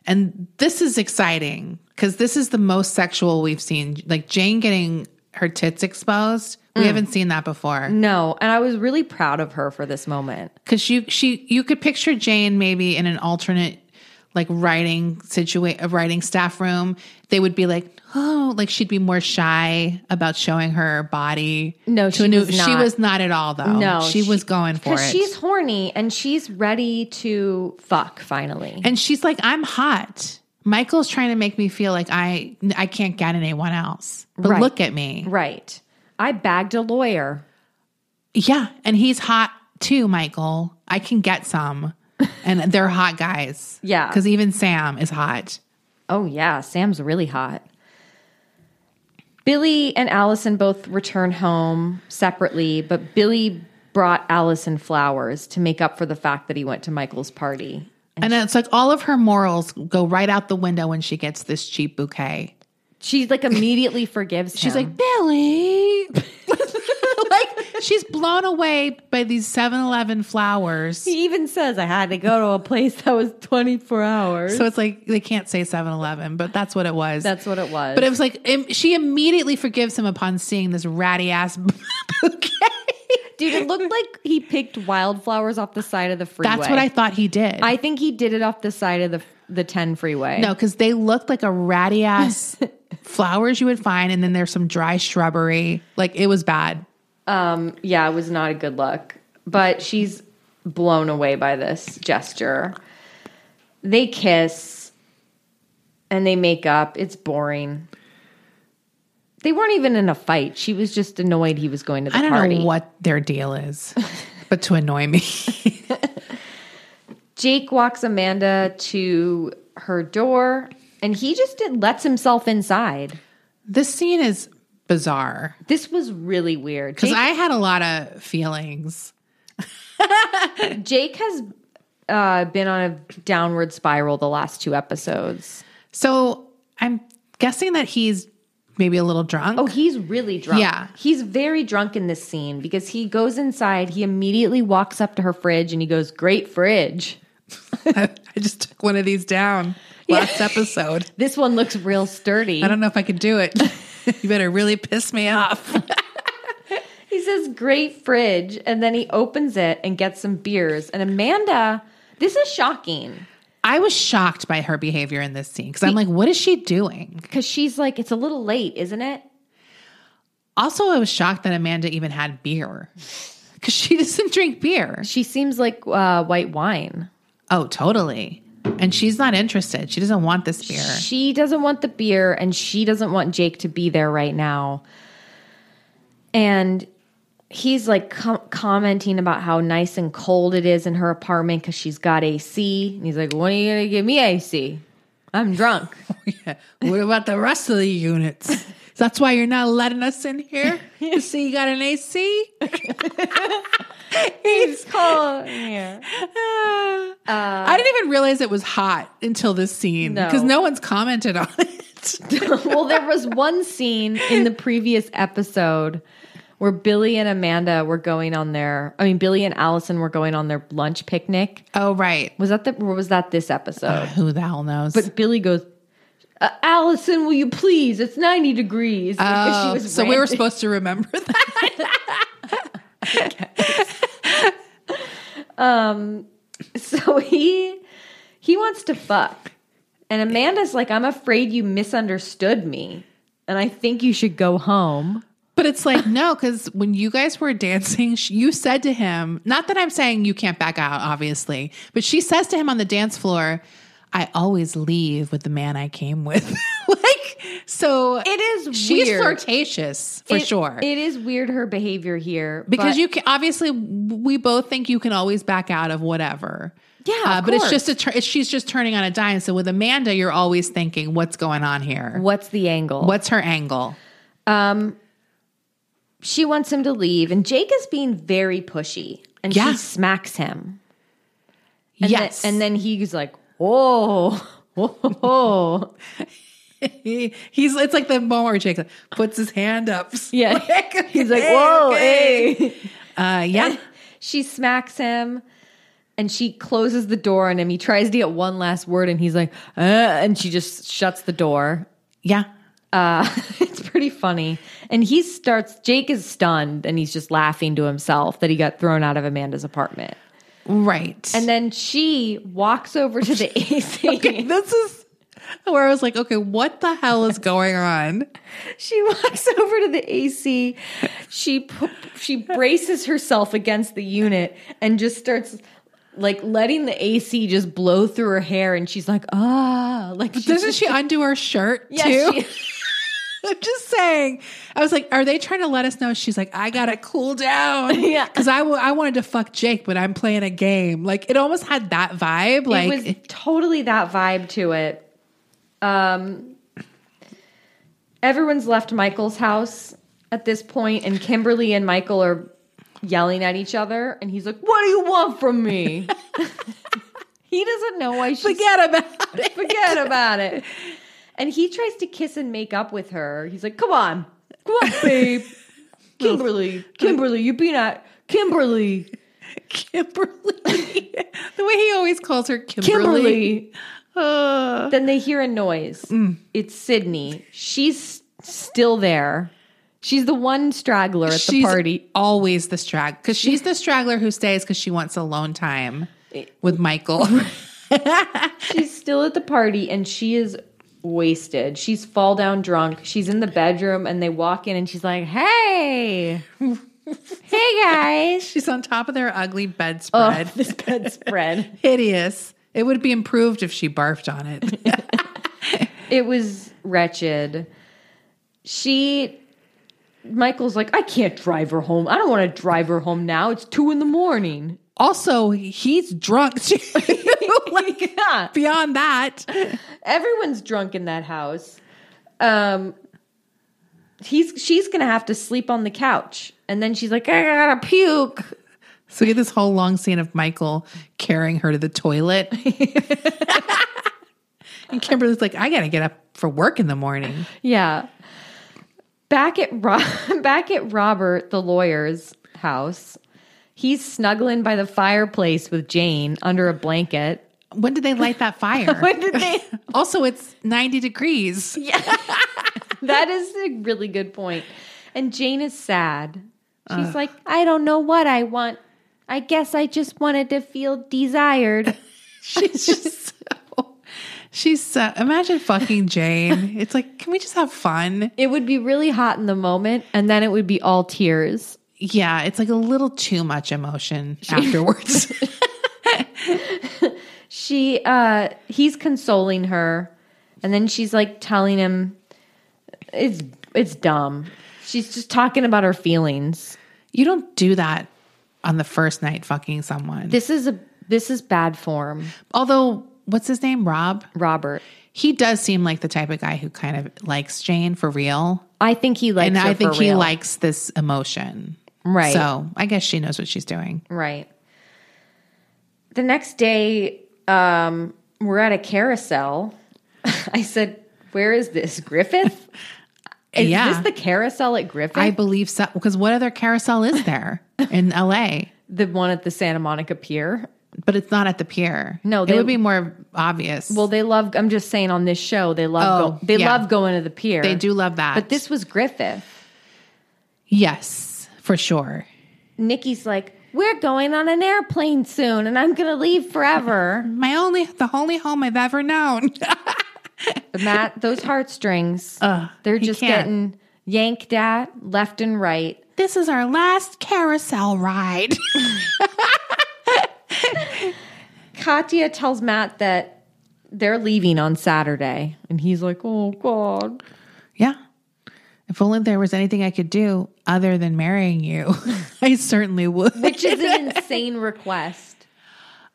Speaker 2: And this is exciting because this is the most sexual we've seen. Like Jane getting her tits exposed.
Speaker 1: Mm.
Speaker 2: We haven't seen that before.
Speaker 1: No, and I was really proud of her for this moment.
Speaker 2: Because you she you could picture Jane maybe in an alternate like writing situa- a writing staff room. They would be like, oh, like she'd be more shy about showing her body.
Speaker 1: No,
Speaker 2: to
Speaker 1: she
Speaker 2: a new,
Speaker 1: was
Speaker 2: she
Speaker 1: not.
Speaker 2: was not at all though.
Speaker 1: no,
Speaker 2: she, was going for it.
Speaker 1: Because she's horny and she's ready to fuck finally.
Speaker 2: and she's like, I'm hot. Michael's trying to make me feel like I I can't get anyone else. But
Speaker 1: Right.
Speaker 2: look at me.
Speaker 1: right. I bagged a lawyer.
Speaker 2: Yeah, and he's hot too, Michael. I can get some. And they're hot guys.
Speaker 1: Yeah.
Speaker 2: Because even Sam is hot.
Speaker 1: Oh, yeah. Sam's really hot. Billy and Allison both return home separately, but Billy brought Allison flowers to make up for the fact that he went to Michael's party.
Speaker 2: And it's like all of her morals go right out the window when she gets this cheap bouquet.
Speaker 1: She like immediately forgives him.
Speaker 2: She's like, Billy. like, she's blown away by these 7 Eleven flowers.
Speaker 1: he even says I had to go to a place that was 24 hours.
Speaker 2: So it's like they can't say 7 Eleven, but that's what it was.
Speaker 1: That's what it was.
Speaker 2: But it was like, im- she immediately forgives him upon seeing this ratty ass bouquet.
Speaker 1: Dude, it looked like he picked wildflowers off the side of the freeway.
Speaker 2: That's what I thought he did.
Speaker 1: I think he did it off the side of the the 10 freeway.
Speaker 2: No, because they looked like a ratty ass flowers you would find, and then there's some dry shrubbery. Like it was bad.
Speaker 1: Um, yeah, it was not a good look. But she's blown away by this gesture. They kiss and they make up. It's boring. They weren't even in a fight. She was just annoyed he was going to the
Speaker 2: I don't
Speaker 1: party.
Speaker 2: know what their deal is, but to annoy me.
Speaker 1: Jake walks Amanda to her door and he just did, lets himself inside.
Speaker 2: This scene is bizarre
Speaker 1: This was really weird.
Speaker 2: because
Speaker 1: Jake,
Speaker 2: I had a lot of feelings.
Speaker 1: Jake has uh, been on a downward spiral the last two episodes.
Speaker 2: So I'm guessing that he's maybe a little drunk.
Speaker 1: Oh, he's really drunk.
Speaker 2: Yeah.
Speaker 1: He's very drunk in this scene because he goes inside, he immediately walks up to her fridge and he goes, Great fridge.
Speaker 2: I, I just took one of these down last episode.
Speaker 1: This one looks real sturdy.
Speaker 2: I don't know if I could do it. you better really piss me off.
Speaker 1: He says, Great fridge. And then he opens it and gets some beers. And Amanda, this is shocking
Speaker 2: I was shocked by her behavior in this scene because I'm like, what is she doing?
Speaker 1: because she's like, It's a little late, isn't it?
Speaker 2: Also, I was shocked that Amanda even had beer because she doesn't drink beer.
Speaker 1: She seems like uh, white wine.
Speaker 2: Oh, totally. And she's not interested. She doesn't want this beer.
Speaker 1: She doesn't want the beer and she doesn't want Jake to be there right now. And he's like com- commenting about how nice and cold it is in her apartment because she's got AC. And he's like, When are you going to give me AC? I'm drunk.
Speaker 2: What about the rest of the units? That's why you're not letting us in here. You see, you got an AC.
Speaker 1: he's cold. Yeah.
Speaker 2: Uh, I didn't even realize it was hot until this scene
Speaker 1: No.
Speaker 2: because no. one's commented on it.
Speaker 1: well, there was one scene in the previous episode where Billy and Amanda were going on their I mean Billy and Allison were going on their lunch picnic.
Speaker 2: oh, right.
Speaker 1: Was that the or was that this episode?
Speaker 2: Who the hell knows?
Speaker 1: But Billy goes, uh, "Allison, will you please? It's 90 degrees." Because
Speaker 2: Oh, so we were
Speaker 1: ranting.
Speaker 2: supposed to remember that.
Speaker 1: So he he wants to fuck. And Amanda's like, "I'm afraid you misunderstood me." And I think you should go home.
Speaker 2: But it's like, no, because when you guys were dancing, sh- you said to him, not that I'm saying you can't back out, obviously, but she says to him on the dance floor, I always leave with the man I came with. like, so
Speaker 1: It is
Speaker 2: she's
Speaker 1: weird.
Speaker 2: flirtatious for
Speaker 1: It-
Speaker 2: sure.
Speaker 1: It is weird her behavior here
Speaker 2: because
Speaker 1: but-
Speaker 2: you can obviously we both think you can always back out of whatever Uh,
Speaker 1: Yeah, of
Speaker 2: but it's
Speaker 1: course.
Speaker 2: just a tur- it's- she's just turning on a dime so with amanda you're always thinking what's going on here
Speaker 1: What's the angle?
Speaker 2: what's her angle
Speaker 1: Um, she wants him to leave, and Jake is being very pushy, and
Speaker 2: Yeah.
Speaker 1: she smacks him. And
Speaker 2: yes
Speaker 1: then, and then he's like, "Whoa, whoa!"
Speaker 2: he, he's it's like the moment where jake puts his hand up
Speaker 1: Yeah,
Speaker 2: Like,
Speaker 1: he's like,
Speaker 2: "Hey,
Speaker 1: "Whoa,
Speaker 2: okay."
Speaker 1: hey!"
Speaker 2: uh yeah
Speaker 1: She smacks him, and she closes the door on him. He tries to get one last word, and he's like, uh, and she just shuts the door.
Speaker 2: yeah
Speaker 1: Uh, it's pretty funny. And he starts, Jake is stunned and he's just laughing to himself that he got thrown out of Amanda's apartment.
Speaker 2: right
Speaker 1: And then she walks over to the AC.
Speaker 2: this is where i was like okay what the hell is going on
Speaker 1: She walks over to the AC. She pu- she braces herself against the unit and just starts like letting the AC just blow through her hair. And she's like, ah, like she's
Speaker 2: Doesn't
Speaker 1: just-
Speaker 2: she undo her shirt
Speaker 1: Yeah,
Speaker 2: too?
Speaker 1: she-
Speaker 2: I'm just saying. I was like, are they trying to let us know? She's like, I gotta cool down.
Speaker 1: Yeah.
Speaker 2: Because I wa- I wanted to fuck Jake, but I'm playing a game. Like it almost had that vibe. Like
Speaker 1: it was totally that vibe to it. Um, everyone's left Michael's house at this point, and Kimberly and Michael are yelling at each other, and he's like, "What do you want from me?" he doesn't know why she's
Speaker 2: forget about it.
Speaker 1: forget about it. And he tries to kiss and make up with her. He's like, "Come on, come on, babe, Kimberly, Kimberly, you're being at Kimberly,
Speaker 2: Kimberly. the way he always calls her Kimberly.
Speaker 1: Kimberly."
Speaker 2: Uh, Mm.
Speaker 1: Then they hear a noise. It's Sydney. She's still there. She's the one straggler at the
Speaker 2: she's
Speaker 1: party.
Speaker 2: always the strag because she's the straggler who stays because she wants alone time with Michael.
Speaker 1: She's still at the party and she is wasted. She's fall down drunk. She's in the bedroom and they walk in and she's like, "Hey. hey guys."
Speaker 2: she's on top of their ugly bedspread.
Speaker 1: Oh, this bedspread.
Speaker 2: hideous. It would be improved if she barfed on it.
Speaker 1: It was wretched. She Michael's like, I can't drive her home. I don't want to drive her home now. It's two in the morning.
Speaker 2: Also, he's drunk too. like
Speaker 1: Yeah.
Speaker 2: beyond that.
Speaker 1: Everyone's drunk in that house. Um, he's she's gonna have to sleep on the couch, and then she's like, I gotta puke.
Speaker 2: So we get this whole long scene of Michael carrying her to the toilet. and Kimberly's like, I gotta get up for work in the morning.
Speaker 1: Yeah. Back at Ro- back at Robert the lawyer's house, he's snuggling by the fireplace with Jane under a blanket.
Speaker 2: When did they light that fire?
Speaker 1: When did they?
Speaker 2: also, it's 90 degrees.
Speaker 1: that is a really good point. And Jane is sad. She's like, I don't know what I want. I guess I just wanted to feel desired.
Speaker 2: She's just so, she's so, imagine fucking Jane. It's like, can we just have fun?
Speaker 1: It would be really hot in the moment, and then it would be all tears.
Speaker 2: Yeah, it's like a little too much emotion afterwards.
Speaker 1: She, uh, he's consoling her, and then she's like telling him, "It's it's dumb." She's just talking about her feelings.
Speaker 2: you don't do that on the first night fucking someone.
Speaker 1: This is a this is bad form,
Speaker 2: Although, what's his name? Rob?
Speaker 1: Robert.
Speaker 2: He does seem like the type of guy who kind of likes Jane for real.
Speaker 1: I think he likes.
Speaker 2: and
Speaker 1: her
Speaker 2: I think
Speaker 1: for
Speaker 2: he
Speaker 1: real.
Speaker 2: likes this emotion.
Speaker 1: right.
Speaker 2: So I guess she knows what she's doing.
Speaker 1: Right. The next day, um, we're at a carousel. I said, Where is this? Griffith? Is
Speaker 2: Yeah.
Speaker 1: this the carousel at Griffith?
Speaker 2: I believe so. Because what other carousel is there in LA?
Speaker 1: the one at the Santa Monica Pier.
Speaker 2: But it's not at the pier.
Speaker 1: No,
Speaker 2: it
Speaker 1: they-
Speaker 2: would be more obvious.
Speaker 1: Well, they love I'm just saying on this show, they love
Speaker 2: Oh,
Speaker 1: go, they
Speaker 2: yeah.
Speaker 1: love going to the pier.
Speaker 2: they do love that.
Speaker 1: But this was Griffith.
Speaker 2: yes, for sure.
Speaker 1: Nikki's like, We're going on an airplane soon and I'm gonna leave forever.
Speaker 2: My only, the only home I've ever known.
Speaker 1: Matt, those heartstrings, they're
Speaker 2: he
Speaker 1: just
Speaker 2: can't.
Speaker 1: getting yanked at left and right.
Speaker 2: this is our last carousel ride.
Speaker 1: Katya tells Matt that they're leaving on Saturday, and he's like, "Oh God!"
Speaker 2: yeah. If only there was anything I could do other than marrying you, I certainly would.
Speaker 1: Which is an insane request.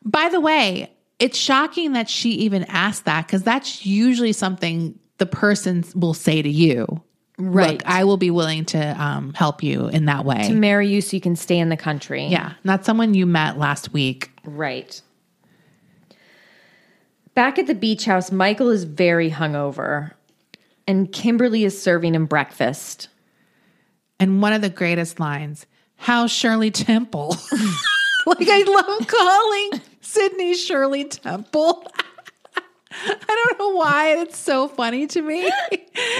Speaker 2: By the way, it's shocking that she even asked that because that's usually something the person will say to you.
Speaker 1: Right.
Speaker 2: Look, I will be willing to um, help you in that way.
Speaker 1: To marry you so you can stay in the country.
Speaker 2: yeah, not someone you met last week.
Speaker 1: Right. Back at the beach house, Michael is very hungover, and Kimberly is serving him breakfast.
Speaker 2: And one of the greatest lines, how Shirley Temple. like I love calling Sydney Shirley Temple. I don't know why it's so funny to me.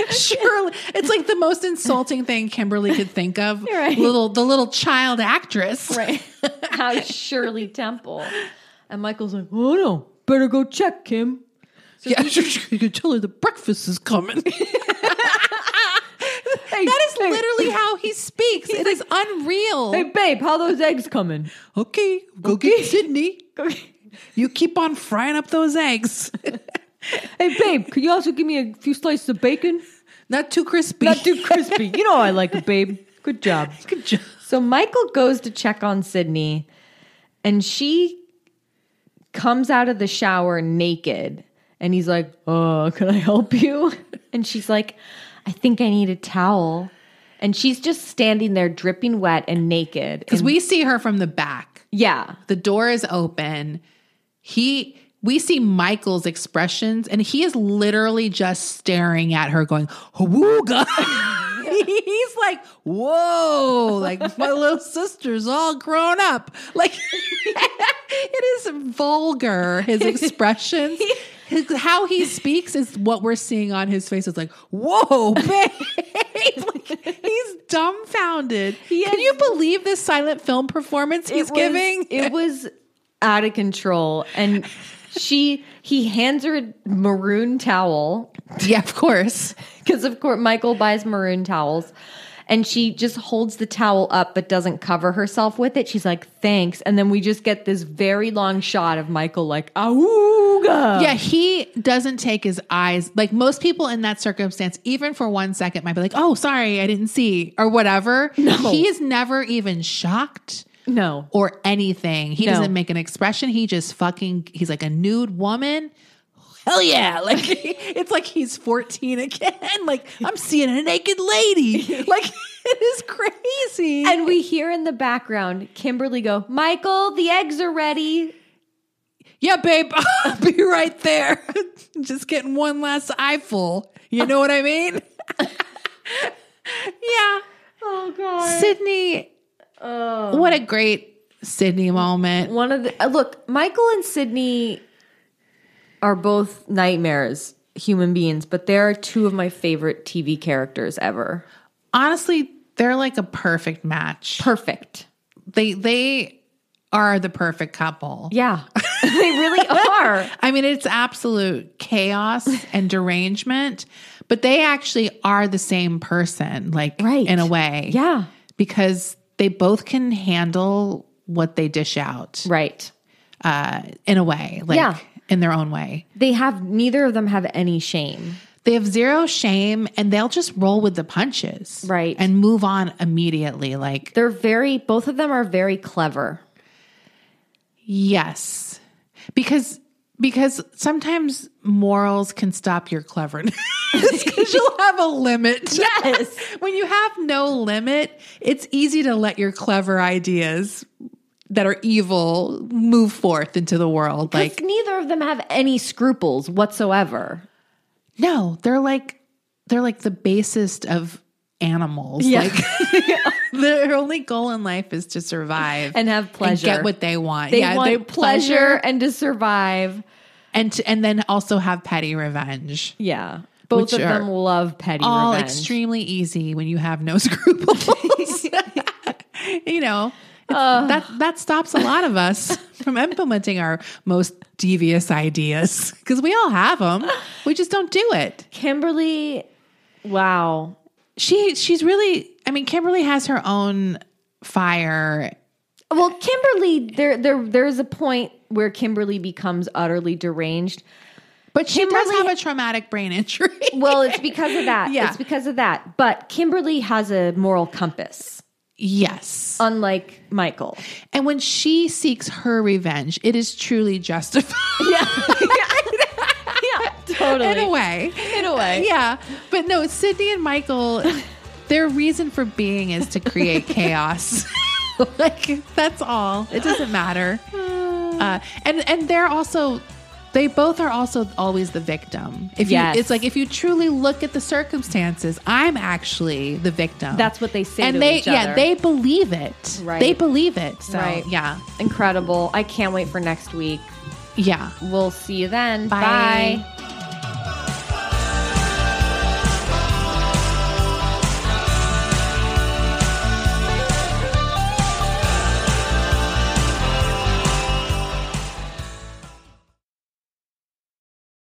Speaker 2: Shirley, it's like the most insulting thing Kimberly could think of.
Speaker 1: Right.
Speaker 2: Little the little child actress.
Speaker 1: Right. How Shirley Temple. And Michael's like, "Oh no, better go check, Kim."
Speaker 2: Yeah, you could tell her the breakfast is coming. that is literally how he speaks. It is unreal.
Speaker 1: Hey, babe, how those eggs coming?
Speaker 2: Okay, go get Sydney. You keep on frying up those eggs.
Speaker 1: Hey, babe, could you also give me a few slices of bacon?
Speaker 2: Not too crispy.
Speaker 1: Not too crispy. You know I like it, babe. Good job.
Speaker 2: Good job.
Speaker 1: So Michael goes to check on Sydney, and she comes out of the shower naked. And he's like, Oh, can I help you? And she's like, I think I need a towel. And she's just standing there dripping wet and naked.
Speaker 2: Because
Speaker 1: And-
Speaker 2: we see her from the back.
Speaker 1: yeah.
Speaker 2: The door is open. He we see Michael's expressions and he is literally just staring at her going, Hawooga. He's like, whoa, like my little sister's all grown up. Like it is vulgar, his expressions. His, how he speaks is what we're seeing on his face. It's like, whoa, babe. like, he's dumbfounded. Can
Speaker 1: is-
Speaker 2: you believe this silent film performance he's
Speaker 1: was-
Speaker 2: giving?
Speaker 1: It was out of control. And she he hands her a maroon towel
Speaker 2: yeah, of course.
Speaker 1: because of course Michael buys maroon towels. And she just holds the towel up but doesn't cover herself with it. She's like, thanks. And then we just get this very long shot of Michael like, awooga.
Speaker 2: Yeah, he doesn't take his eyes. Like most people in that circumstance, even for one second, might be like, oh, sorry, I didn't see, or whatever. He is never even shocked.
Speaker 1: No.
Speaker 2: or anything. He
Speaker 1: No.
Speaker 2: doesn't make an expression. He just fucking, he's like a nude woman. Hell yeah. Like, it's like he's 14 again. Like, I'm seeing a naked lady. Like, it is crazy.
Speaker 1: And we hear in the background Kimberly go, Michael, the eggs are ready.
Speaker 2: yeah, babe, I'll be right there. just getting one last eyeful. You know what I mean? yeah.
Speaker 1: Oh, God.
Speaker 2: Sydney, what a great Sydney moment.
Speaker 1: One of the, uh, look, Michael and Sydney are both nightmares, human beings, but they're two of my favorite TV characters ever.
Speaker 2: Honestly, they're like a perfect match.
Speaker 1: Perfect.
Speaker 2: they they are the perfect couple.
Speaker 1: Yeah. they really are.
Speaker 2: I mean, it's absolute chaos and derangement, but they actually are the same person, like
Speaker 1: Right.
Speaker 2: in a way.
Speaker 1: Yeah.
Speaker 2: Because they both can handle what they dish out
Speaker 1: Right.
Speaker 2: uh, in a way, like
Speaker 1: Yeah.
Speaker 2: in their own way.
Speaker 1: They have, neither of them have any shame.
Speaker 2: They have zero shame and they'll just roll with the punches.
Speaker 1: Right.
Speaker 2: And move on immediately. Like,
Speaker 1: They're very, both of them are very clever.
Speaker 2: yes. Because because sometimes morals can stop your cleverness because you'll have a limit.
Speaker 1: Yes.
Speaker 2: when you have no limit, it's easy to let your clever ideas that are evil move forth into the world.
Speaker 1: Like,
Speaker 2: Like,
Speaker 1: neither of them have any scruples whatsoever.
Speaker 2: no, they're like they're like the basest of animals. Like their only goal in life is to survive
Speaker 1: And have pleasure.
Speaker 2: get what they want.
Speaker 1: They
Speaker 2: Yeah,
Speaker 1: want pleasure, and to survive.
Speaker 2: and to, and then also have petty revenge.
Speaker 1: Yeah. Both
Speaker 2: Which
Speaker 1: of them
Speaker 2: are
Speaker 1: love petty
Speaker 2: All
Speaker 1: revenge.
Speaker 2: extremely easy when you have no scruples. you know, it's- that that stops a lot of us from implementing our most devious ideas because we all have them. We just don't do it.
Speaker 1: Kimberly, wow.
Speaker 2: She she's really. I mean, Kimberly has her own fire.
Speaker 1: Well, Kimberly, there, there, there's a point where Kimberly becomes utterly deranged.
Speaker 2: But she does
Speaker 1: Kimberly-
Speaker 2: have a traumatic brain injury.
Speaker 1: Well, it's because of that.
Speaker 2: Yeah.
Speaker 1: It's because of that. But Kimberly has a moral compass,
Speaker 2: yes.
Speaker 1: unlike Michael.
Speaker 2: And when she seeks her revenge, it is truly justified.
Speaker 1: Yeah. yeah, totally.
Speaker 2: in a way. Uh,
Speaker 1: In a way.
Speaker 2: Yeah. But no, Sydney and Michael, their reason for being is to create chaos. like that's all. It doesn't matter. Uh, and and they're also they both are also always the victim. If
Speaker 1: Yes.
Speaker 2: you it's like if you truly look at the circumstances, I'm actually the victim.
Speaker 1: That's what they say
Speaker 2: And
Speaker 1: to
Speaker 2: they
Speaker 1: each
Speaker 2: yeah,
Speaker 1: other.
Speaker 2: they believe it.
Speaker 1: Right.
Speaker 2: They believe it. So
Speaker 1: Right.
Speaker 2: yeah.
Speaker 1: Incredible. I can't wait for next week.
Speaker 2: Yeah.
Speaker 1: We'll see you then.
Speaker 2: Bye.
Speaker 1: Bye.